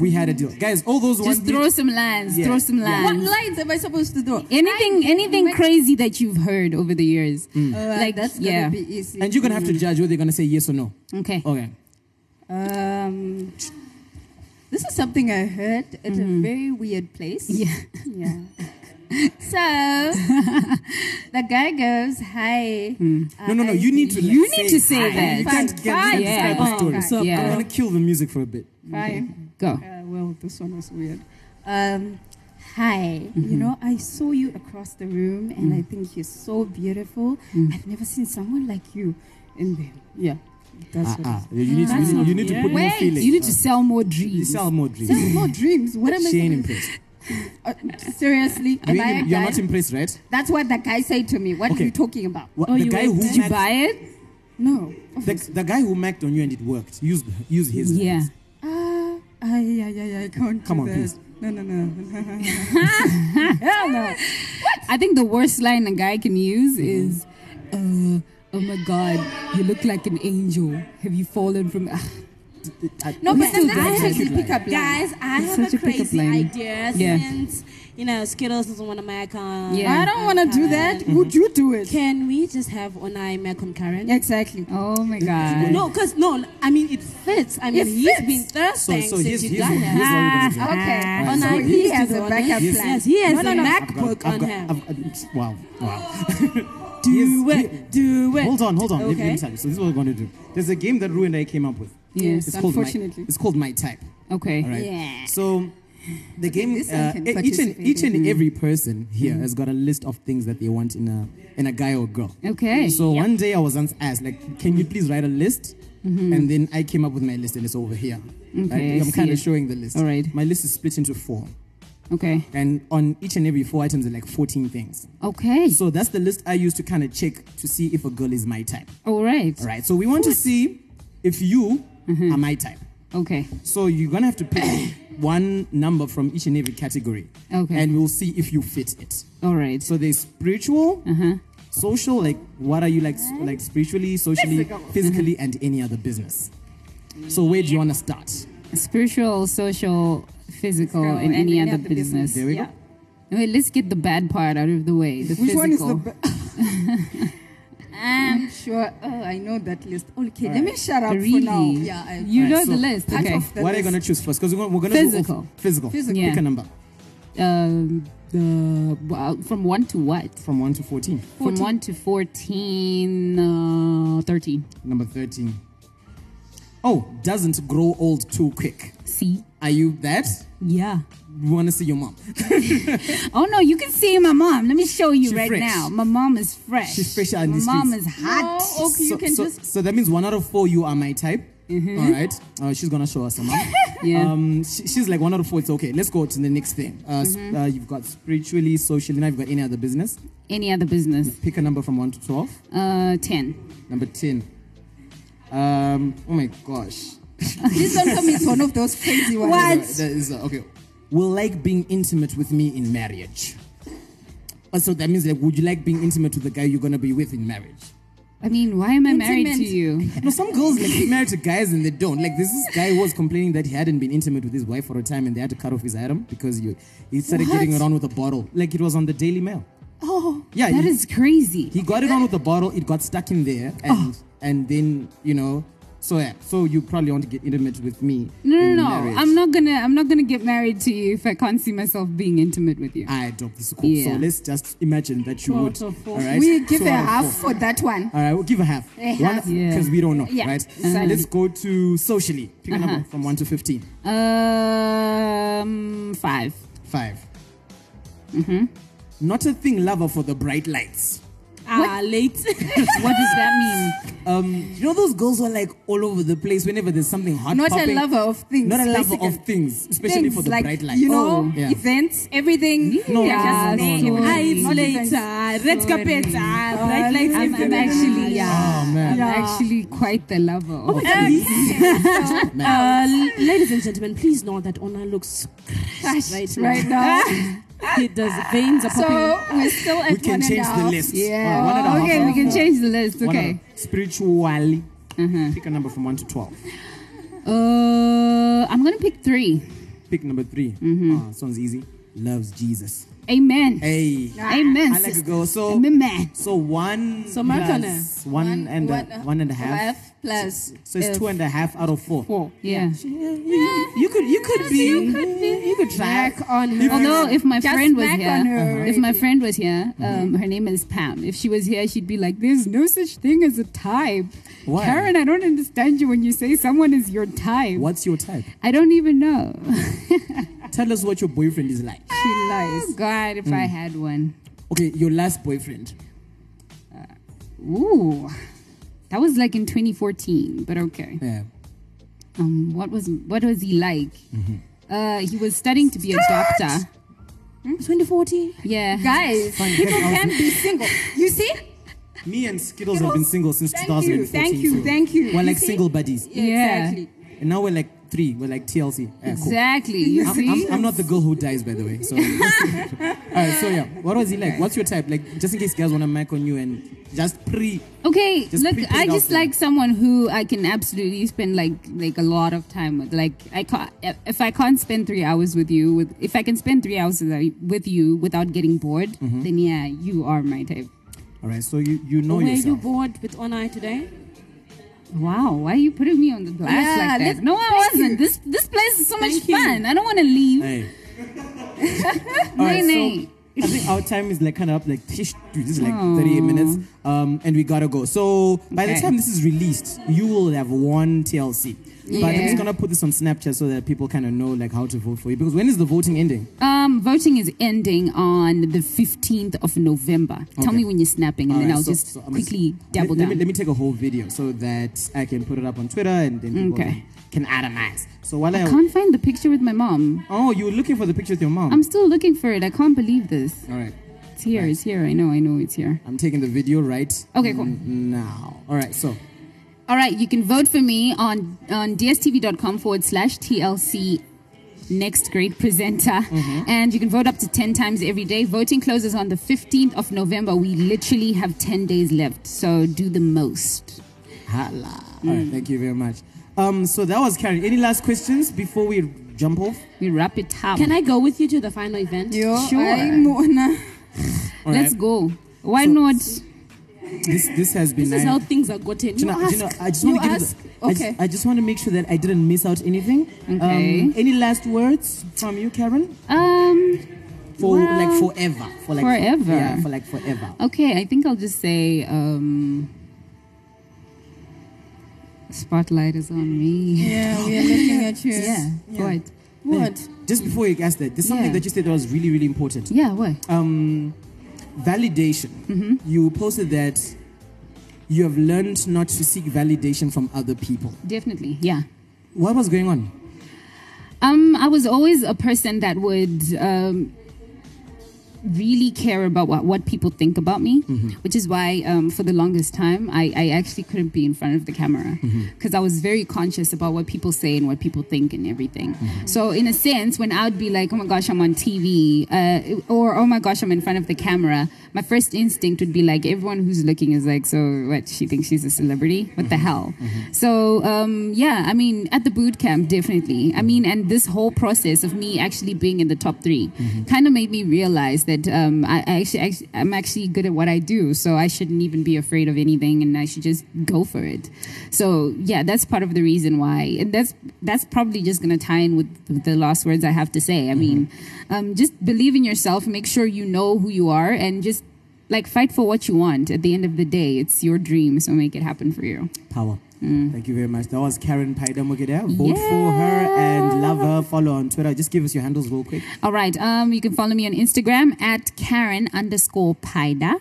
Speaker 3: We had a deal, guys. All those ones.
Speaker 5: Just throw some lines.
Speaker 3: Yeah,
Speaker 5: Throw some
Speaker 3: yeah.
Speaker 5: lines.
Speaker 8: What lines am I supposed to do?
Speaker 5: Anything, anything
Speaker 8: Like-
Speaker 5: crazy that you've heard over the years.
Speaker 3: Mm.
Speaker 8: like that's
Speaker 5: yeah.
Speaker 8: gonna be easy.
Speaker 3: and you're gonna have to judge whether you're gonna say yes or no.
Speaker 5: Okay.
Speaker 3: Okay.
Speaker 8: Um, this is something I heard at
Speaker 3: Mm-hmm.
Speaker 8: a very weird place.
Speaker 5: Yeah.
Speaker 8: *laughs* Yeah. so *laughs* the guy goes, "Hi."
Speaker 3: No, no, no. You need to. Like,
Speaker 5: You need to say
Speaker 3: Hi. You
Speaker 5: that.
Speaker 3: can't get
Speaker 8: Fine,
Speaker 3: me to
Speaker 5: yeah.
Speaker 3: describe the story.
Speaker 5: Oh,
Speaker 3: So I'm
Speaker 5: yeah.
Speaker 3: gonna kill the music for a bit.
Speaker 8: Fine.
Speaker 5: Go.
Speaker 8: Uh, well, this one was weird. Um, hi.
Speaker 3: Mm-hmm.
Speaker 8: You know, I saw you across the room, and
Speaker 3: Mm.
Speaker 8: I think you're so beautiful. I've never seen someone like you. And
Speaker 3: *laughs*
Speaker 8: then, yeah, that's what.
Speaker 3: Ah, you need to. You need, you need to put more
Speaker 5: Wait.
Speaker 3: feeling.
Speaker 5: You need to sell more
Speaker 3: You
Speaker 5: dreams.
Speaker 3: sell more
Speaker 8: *laughs* Tell
Speaker 3: dreams.
Speaker 8: me more dreams. What am I
Speaker 3: She ain't
Speaker 8: supposed
Speaker 3: impressed.
Speaker 8: Uh, seriously, am
Speaker 3: You
Speaker 8: I a
Speaker 3: ain't, you're
Speaker 8: guy?
Speaker 3: not impressed, right?
Speaker 8: That's what the guy said to me. What
Speaker 3: Okay.
Speaker 8: are you talking about?
Speaker 3: What,
Speaker 6: Oh,
Speaker 3: the
Speaker 6: you
Speaker 3: guy
Speaker 6: went
Speaker 3: who
Speaker 6: back.
Speaker 5: Did you
Speaker 3: mac-
Speaker 5: buy it?
Speaker 8: No.
Speaker 3: the, the guy who macked on you and it worked. Use use his. lines.
Speaker 5: Yeah.
Speaker 8: Ah, ay, ay, ay, ay, I can't.
Speaker 3: Come
Speaker 8: do
Speaker 3: on,
Speaker 8: that.
Speaker 3: please.
Speaker 8: No, no, no.
Speaker 3: *laughs*
Speaker 8: *laughs*
Speaker 5: Hell no. I think the worst line a guy can use
Speaker 3: Mm-hmm.
Speaker 5: is, uh, "Oh my God, you look like an angel. Have you fallen from?" Ah,
Speaker 8: no,
Speaker 5: but then I
Speaker 8: have
Speaker 3: a pickup
Speaker 8: Guys,
Speaker 6: Guys, I
Speaker 5: It's
Speaker 6: have
Speaker 5: such
Speaker 6: a
Speaker 5: a pickup
Speaker 6: crazy
Speaker 5: line.
Speaker 6: idea
Speaker 5: Yeah.
Speaker 6: since, you know, Skittles doesn't want to uh, mac on.
Speaker 5: Yeah.
Speaker 8: I don't want to do that.
Speaker 3: Mm-hmm.
Speaker 8: Would you do it?
Speaker 6: Can we just have Onai mac on Karen?
Speaker 8: Exactly.
Speaker 5: oh my God.
Speaker 6: No, because, no, I mean, it fits. I mean,
Speaker 8: It
Speaker 6: he's
Speaker 8: fits.
Speaker 6: been
Speaker 3: So
Speaker 6: thirsting
Speaker 3: so
Speaker 6: since
Speaker 3: here's,
Speaker 6: you
Speaker 3: here's,
Speaker 6: got
Speaker 3: what-
Speaker 6: here.
Speaker 3: here's what we're gonna do.
Speaker 8: Okay.
Speaker 3: Alright,
Speaker 8: Onai,
Speaker 3: so
Speaker 8: Ah, he,
Speaker 6: he's
Speaker 8: has
Speaker 6: the
Speaker 8: a
Speaker 6: one
Speaker 8: backup
Speaker 6: that-
Speaker 8: plan.
Speaker 6: Yes, he has
Speaker 8: no, no,
Speaker 6: a
Speaker 8: no.
Speaker 6: backup.
Speaker 3: I've
Speaker 6: Work
Speaker 3: got,
Speaker 6: on
Speaker 3: I've got,
Speaker 6: him.
Speaker 3: I've, I've, wow, wow.
Speaker 6: Do
Speaker 3: Yes.
Speaker 6: it. Do it.
Speaker 4: Hold on, hold on. Let me-
Speaker 6: Okay.
Speaker 4: let me
Speaker 3: Sorry, so this is what we're going to do. There's a game that Rui and I came up with.
Speaker 5: Yes,
Speaker 3: it's called
Speaker 8: unfortunately.
Speaker 3: My, it's called My Type.
Speaker 5: Okay.
Speaker 3: All right.
Speaker 8: Yeah.
Speaker 3: So the game,
Speaker 8: this I
Speaker 3: uh,
Speaker 8: can
Speaker 3: e- each and
Speaker 8: participate
Speaker 3: each and every person
Speaker 5: Mm-hmm.
Speaker 3: here has got a list of things that they want in a in a guy or girl.
Speaker 5: Okay.
Speaker 3: So one day I was ans- asked, like, can you please write a list? And then I came up with my list, and it's over here. Right?
Speaker 5: Mm-hmm. Okay, I
Speaker 3: I'm
Speaker 5: see
Speaker 3: kind
Speaker 5: it.
Speaker 3: of showing the list.
Speaker 5: All right.
Speaker 3: My list is split into four,
Speaker 5: Okay.
Speaker 3: and on each and every four items, are like 14 things.
Speaker 5: Okay.
Speaker 3: So that's the list I use to kind of check to see if a girl is my type.
Speaker 5: All right.
Speaker 3: All right. So we want to see if you
Speaker 5: Mm-hmm.
Speaker 3: are my type.
Speaker 5: Okay.
Speaker 3: So you're gonna have to
Speaker 5: *coughs*
Speaker 3: pick one number from each and every category.
Speaker 5: Okay.
Speaker 3: And we'll see if you fit it.
Speaker 5: All right.
Speaker 3: So there's spiritual,
Speaker 5: Uh-huh.
Speaker 3: social, like what are you like s- like spiritually, socially,
Speaker 5: Uh-huh.
Speaker 3: physically, and any other business. So where do you wanna start?
Speaker 5: spiritual, social,
Speaker 3: Oh,
Speaker 5: physical,
Speaker 8: Girl,
Speaker 5: and, any, other, business.
Speaker 3: There we
Speaker 8: Yeah.
Speaker 3: go.
Speaker 5: Wait, let's get the bad part out of the way. The
Speaker 8: Which
Speaker 5: physical.
Speaker 8: one is the best? I'm sure. Oh, I know that list. Okay, let me shut up
Speaker 5: Really?
Speaker 8: for now. Yeah, I,
Speaker 5: you
Speaker 3: Alright,
Speaker 5: know
Speaker 3: so
Speaker 5: the list.
Speaker 8: part
Speaker 5: Okay.
Speaker 8: of the
Speaker 3: what are you
Speaker 8: list.
Speaker 3: gonna choose first? Because we're gonna, we're gonna
Speaker 5: Physical.
Speaker 3: Go off- physical.
Speaker 8: Physical.
Speaker 5: Yeah.
Speaker 3: Pick a number
Speaker 5: Um, the well, from one to what?
Speaker 3: from one to fourteen.
Speaker 5: From one to 14, uh, 13.
Speaker 3: Number thirteen. Oh, doesn't grow old too quick.
Speaker 5: See?
Speaker 3: Are you that?
Speaker 5: Yeah.
Speaker 3: We wanna see your mom.
Speaker 5: Oh no, you can see my mom. Let me show you
Speaker 3: She's
Speaker 5: right
Speaker 3: fresh.
Speaker 5: now. My mom is fresh.
Speaker 3: She's fresh out
Speaker 5: My
Speaker 3: in the
Speaker 5: mom is
Speaker 3: streets. Oh,
Speaker 5: hot.
Speaker 8: No, okay, you can
Speaker 3: so,
Speaker 8: just. Mm-hmm.
Speaker 3: so that means one out of four you are my type. All right, uh, she's gonna show us some.
Speaker 8: *laughs*
Speaker 5: Yeah.
Speaker 3: um, she, she's like one out of four. It's okay. Let's go to the next thing. Uh, s-
Speaker 8: Mm-hmm.
Speaker 3: uh, you've got spiritually, socially. Now you've got any other business.
Speaker 5: Any other business?
Speaker 3: Pick a number from one to twelve.
Speaker 5: Uh, 10.
Speaker 3: Number ten. Um, oh my gosh.
Speaker 8: This one for me is one of those crazy ones.
Speaker 3: That is uh, okay. Will like being intimate with me in marriage. But so that means like, would you like being intimate with the guy you're gonna be with in marriage?
Speaker 5: I mean, why am I married to
Speaker 8: Intimate.
Speaker 5: you?
Speaker 3: No, some girls like get married to guys and they don't. Like this, this guy who was complaining that he hadn't been intimate with his wife for a time and they had to cut off his item because you he started getting it on with a bottle. Like it was on the Daily Mail. Oh, yeah,
Speaker 5: That
Speaker 3: he,
Speaker 5: is crazy.
Speaker 3: he got it on with the bottle. It got stuck in there, and and then you know. So yeah, so you probably want to get intimate with me.
Speaker 5: No, no,
Speaker 3: in
Speaker 5: no.
Speaker 3: marriage.
Speaker 5: I'm not gonna. I'm not gonna get married to you if I can't see myself being intimate with you.
Speaker 3: I adopt this cool.
Speaker 5: Yeah.
Speaker 3: So let's just imagine that you would.
Speaker 6: Two out of four.
Speaker 3: All right.
Speaker 8: We give
Speaker 3: Two
Speaker 8: a
Speaker 3: out of
Speaker 8: half
Speaker 3: four.
Speaker 8: for that one.
Speaker 3: All right, we'll give a half.
Speaker 8: A half.
Speaker 5: Yeah.
Speaker 3: Because we don't know,
Speaker 8: Yeah,
Speaker 3: right?
Speaker 8: exactly.
Speaker 3: Let's go to socially. Pick a number from 1 to 15.
Speaker 5: Um, five.
Speaker 3: 5. Mm-hmm. Not a thing lover for the bright lights.
Speaker 6: Ah, late.
Speaker 5: *laughs* What does that mean?
Speaker 3: Um, you know those girls who are like all over the place whenever there's something hot
Speaker 8: Not
Speaker 3: popping?
Speaker 8: a lover of things.
Speaker 3: Not a lover
Speaker 8: basically.
Speaker 3: of things, especially
Speaker 8: Things
Speaker 3: for the
Speaker 8: like,
Speaker 3: bright lights.
Speaker 8: You know,
Speaker 5: Oh, Ah,
Speaker 3: yeah.
Speaker 8: events, everything.
Speaker 3: No,
Speaker 8: yeah,
Speaker 5: no,
Speaker 8: just
Speaker 5: no, no, no.
Speaker 8: Eyes
Speaker 6: Eyes Ah, later.
Speaker 8: later.
Speaker 6: Red carpet. Ah, bright lights.
Speaker 5: I'm, I'm
Speaker 6: everywhere.
Speaker 5: actually, yeah.
Speaker 3: Oh, man.
Speaker 5: I'm actually quite the lover.
Speaker 6: Oh
Speaker 5: of
Speaker 6: Uh, l- ladies and gentlemen, please know that Ona looks crushed right,
Speaker 8: Right
Speaker 6: *laughs*
Speaker 8: now.
Speaker 6: now. It does veins are popping.
Speaker 8: so we're still at
Speaker 3: We can
Speaker 8: one and a
Speaker 3: change the
Speaker 8: half.
Speaker 3: list.
Speaker 5: Yeah.
Speaker 3: All right, one and a half.
Speaker 5: okay, we can change the list.
Speaker 3: One
Speaker 5: Okay.
Speaker 3: and a- Spiritually.
Speaker 8: Mm-hmm.
Speaker 3: Pick a number from 1 to 12.
Speaker 5: Uh, I'm gonna pick three.
Speaker 3: Pick number 3.
Speaker 8: Mm-hmm.
Speaker 3: Ah, this one's easy. Loves Jesus.
Speaker 5: Amen.
Speaker 3: Hey.
Speaker 5: Amen.
Speaker 3: I like a
Speaker 5: sister.
Speaker 3: girl. So
Speaker 5: Amen.
Speaker 3: So one
Speaker 6: So
Speaker 3: plus
Speaker 6: Marcona.
Speaker 3: one and a, one and a half.
Speaker 8: plus.
Speaker 3: So it's two and a half out of four.
Speaker 5: Four. Yeah.
Speaker 3: Yeah, you, you could you could be you could, try.
Speaker 8: Back on her.
Speaker 5: Although, if my
Speaker 8: Just
Speaker 5: friend was
Speaker 8: back
Speaker 5: here, uh-huh.
Speaker 8: on her
Speaker 5: if my
Speaker 8: already.
Speaker 5: friend was here, um, her name is Pam. If she was here, she'd be like, "There's no such thing as a type."
Speaker 3: Why?
Speaker 5: Karen, I don't understand you when you say someone is your type.
Speaker 3: What's your type?
Speaker 5: I don't even know. *laughs*
Speaker 3: Tell us what your boyfriend is like.
Speaker 5: she lies. Mm. God, if I had one.
Speaker 3: Okay, your last boyfriend.
Speaker 5: Ooh, that was like in 2014, but okay.
Speaker 3: Yeah.
Speaker 5: Um, what was what was he like? Uh, he was studying to be a doctor.
Speaker 6: 2040.
Speaker 5: Yeah.
Speaker 8: guys, people can be single. You see?
Speaker 3: Me and Skittles have been single since
Speaker 8: Thank you,
Speaker 3: 2014.
Speaker 8: thank you,
Speaker 3: so
Speaker 8: thank you.
Speaker 3: We're
Speaker 8: You
Speaker 3: like
Speaker 8: see?
Speaker 3: single buddies,
Speaker 8: Yeah,
Speaker 5: Yeah.
Speaker 8: Exactly.
Speaker 3: and now we're like three. We're like TLC. Yeah, cool.
Speaker 5: Exactly. You
Speaker 3: I'm,
Speaker 5: see?
Speaker 3: I'm, I'm not the girl who dies, by the way. So, *laughs* all right. So yeah, what was he like? What's your type? Like, just in case guys want to mic on you and just pre
Speaker 5: okay,
Speaker 3: Just
Speaker 5: look,
Speaker 3: pre-put
Speaker 5: I
Speaker 3: it out
Speaker 5: just
Speaker 3: there.
Speaker 5: like someone who I can absolutely spend like like a lot of time with. Like I can't if I can't spend three hours with you, with if I can spend three hours with I- with you without getting bored,
Speaker 3: Mm-hmm.
Speaker 5: then yeah, you are my type.
Speaker 3: All right, so you you know
Speaker 6: Were you
Speaker 3: yourself.
Speaker 6: bored with Ona today?
Speaker 5: Wow, why are you putting me on the blast
Speaker 8: Yeah,
Speaker 5: like
Speaker 8: let's-
Speaker 5: that? No, I wasn't. This this place is so much fun. I don't want to leave. *laughs*
Speaker 3: hey. All
Speaker 5: Nay,
Speaker 3: right,
Speaker 5: nay.
Speaker 3: so I think our time is like kind of up. Like, tish, dude, this is like
Speaker 5: Oh.
Speaker 3: 38 minutes, um, and we gotta go. So by the
Speaker 5: Okay.
Speaker 3: time this is released, you will have one TLC. But I'm
Speaker 5: Yeah.
Speaker 3: just gonna put this on Snapchat so that people kind of know like how to vote for you. Because when is the voting ending?
Speaker 5: Um, voting is ending on the 15th of November. Tell
Speaker 3: Okay.
Speaker 5: me when you're snapping, and
Speaker 3: All
Speaker 5: then
Speaker 3: right,
Speaker 5: I'll
Speaker 3: so-
Speaker 5: just
Speaker 3: so I'm gonna-
Speaker 5: quickly
Speaker 3: let,
Speaker 5: double
Speaker 3: let
Speaker 5: down.
Speaker 3: me, let me take a whole video so that I can put it up on Twitter and then people
Speaker 5: Okay.
Speaker 3: can atomize. So while I,
Speaker 5: I can't find the picture with my mom.
Speaker 3: oh, you were looking for the picture with your mom.
Speaker 5: I'm still looking for it. I can't believe this.
Speaker 3: All right.
Speaker 5: It's here. It's here. I know. I know. It's here.
Speaker 3: I'm taking the video right
Speaker 5: Okay, cool.
Speaker 6: Mm.
Speaker 3: now. All right, so
Speaker 5: All right. You can vote for me on on dstv.com forward slash tlc next great presenter,
Speaker 6: Mm-hmm.
Speaker 5: and you can vote up to ten times every day. Voting closes on the 15th of November. We literally have ten days left, so do the most.
Speaker 3: Hala. All right, thank you very much. Um, so that was Karen. Any last questions before we jump off?
Speaker 5: We wrap it up.
Speaker 6: Can I go with you to the final event?
Speaker 8: Yo,
Speaker 5: Sure.
Speaker 8: I'm Mona.
Speaker 3: All
Speaker 5: *laughs* Let's
Speaker 3: right.
Speaker 5: go. Why not?
Speaker 3: This this has been.
Speaker 6: This is
Speaker 3: nice.
Speaker 6: how things are gotten.
Speaker 3: Do
Speaker 6: You
Speaker 3: you know, do you know,
Speaker 6: ask.
Speaker 3: I just
Speaker 6: You
Speaker 3: want to give
Speaker 6: ask.
Speaker 3: you the, I
Speaker 6: Okay.
Speaker 3: just, I just want to make sure that I didn't miss out anything.
Speaker 5: Okay.
Speaker 3: Um, any last words from you, Karen?
Speaker 5: Um.
Speaker 3: For
Speaker 5: Well,
Speaker 3: like forever. For like
Speaker 5: forever.
Speaker 3: Yeah, for like forever.
Speaker 5: Okay. I think I'll just say. Um, spotlight is on me.
Speaker 8: Yeah, we are looking at you.
Speaker 5: Yeah. What?
Speaker 8: What?
Speaker 3: Just before you ask that, there's something
Speaker 5: Yeah.
Speaker 3: that you said that was really, really important. Um,
Speaker 5: Yeah. Uh, What?
Speaker 3: validation.
Speaker 6: Mm-hmm.
Speaker 3: You posted that you have learned not to seek validation from other people.
Speaker 5: Definitely. Yeah.
Speaker 3: What was going on?
Speaker 5: Um, I was always a person that would um, really care about what, what people think about me, which is why um, for the longest time I, I actually couldn't be in front of the camera because I was very conscious about what people say and what people think and everything. So in a sense, when I would be like, oh my gosh, I'm on TV, uh, or oh my gosh, I'm in front of the camera, my first instinct would be like, everyone who's looking is like, so what? She thinks she's a celebrity? What the hell? So um, yeah, I mean, at the boot camp, definitely. I mean, and this whole process of me actually being in the top 3 kind of made me realize that um, I, I actually, actually I'm actually good at what I do, so I shouldn't even be afraid of anything, and I should just go for it. So yeah, that's part of the reason why, and that's that's probably just gonna tie in with the- the last words I have to say. I mean, um, just believe in yourself, make sure you know who you are, and just like fight for what you want. At the end of the day, it's your dream, so make it happen for you.
Speaker 3: Power.
Speaker 8: Mm.
Speaker 3: Thank you very much. That was Karen Paidamogedea. Vote for her and love her. Follow on Twitter. Just give us your handles real quick.
Speaker 5: All right. Um, you can follow me on Instagram at Karen underscore Paida.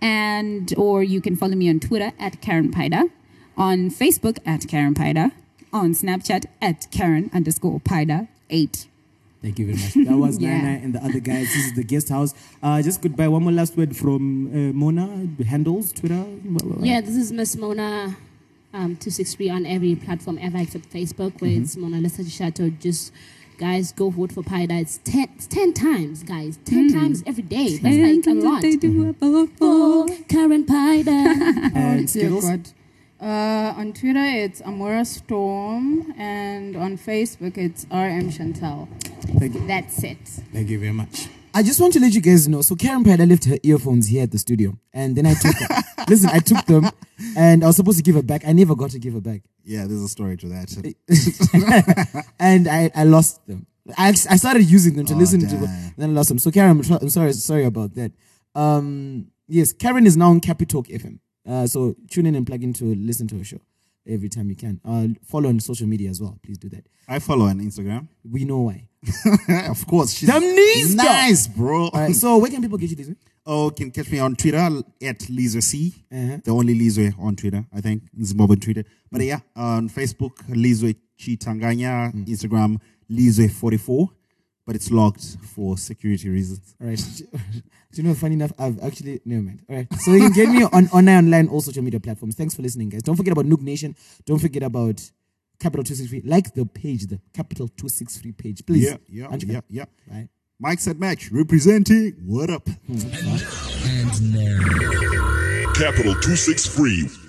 Speaker 5: And or you can follow me on Twitter at Karen Paida, on Facebook at Karen Paida, on Snapchat at Karen underscore Paida eight.
Speaker 3: Thank you very much. That
Speaker 8: *laughs*
Speaker 3: was
Speaker 5: Yeah.
Speaker 3: Nana and the other guys. This is the guest house. Uh, just goodbye. One more last word from uh, Mona. Handles,
Speaker 8: *laughs*
Speaker 3: Twitter.
Speaker 8: Oh,
Speaker 3: blah, blah, blah.
Speaker 6: Yeah, this is Miss Mona um, 263 on every platform ever except Facebook, where it's
Speaker 3: Mm-hmm.
Speaker 6: Mona Lisa Chateau. Just guys, go vote for Paida. It's 10, it's 10 times, guys.
Speaker 3: Mm.
Speaker 6: 10 times every day. That's like a lot. Oh, For Karen Paida.
Speaker 3: *laughs* And
Speaker 8: Dear
Speaker 3: Skittles.
Speaker 8: God. Uh, on Twitter, it's Amora Storm, and on Facebook, it's RM Chantel.
Speaker 3: Thank you.
Speaker 8: That's it.
Speaker 3: Thank you very much.
Speaker 7: I just want to let you guys know. So Karen Prada left her earphones here at the studio, and then I took
Speaker 8: *laughs*
Speaker 7: them. Listen, I took them, and I was supposed to give her back. I never got to give her back,
Speaker 4: Yeah, there's a story to that.
Speaker 7: *laughs* and I, I lost them. I, act- I started using them to
Speaker 4: Oh,
Speaker 7: listen to,
Speaker 4: damn.
Speaker 7: then I lost them. So Karen, I'm, tr- I'm sorry, sorry about that. Um, yes, Karen is now on Capital FM. Uh, so tune in and plug in to listen to her show every time you can. Uh, follow on social media as well. Please do that.
Speaker 4: I follow on Instagram. *laughs*
Speaker 7: We know why.
Speaker 4: of course, she's
Speaker 7: Them knees, though.
Speaker 4: nice, bro.
Speaker 7: All right. So where can people get you this?
Speaker 4: *laughs* Oh, can catch me on Twitter at Lizwe C.
Speaker 7: Uh-huh.
Speaker 4: The only Lizwe on Twitter, I think. Zimbabwe Twitter. But yeah, on Facebook, Lizwe Chitanganya. Instagram, Lizwe44. But it's locked for security reasons.
Speaker 7: All right. *laughs* Do you know, funny enough, I've actually, never mind. All right. So you can get me on online, online, all social media platforms. Thanks for listening, guys. Don't forget about Nook Nation. Don't forget about Capital 263. Like the page, the Capital 263 page, please.
Speaker 4: Yeah, yeah,
Speaker 7: Aren't you
Speaker 4: yeah,
Speaker 7: guys?
Speaker 4: yeah.
Speaker 7: Right.
Speaker 4: Mike said match representing. What up?
Speaker 2: Capital 263.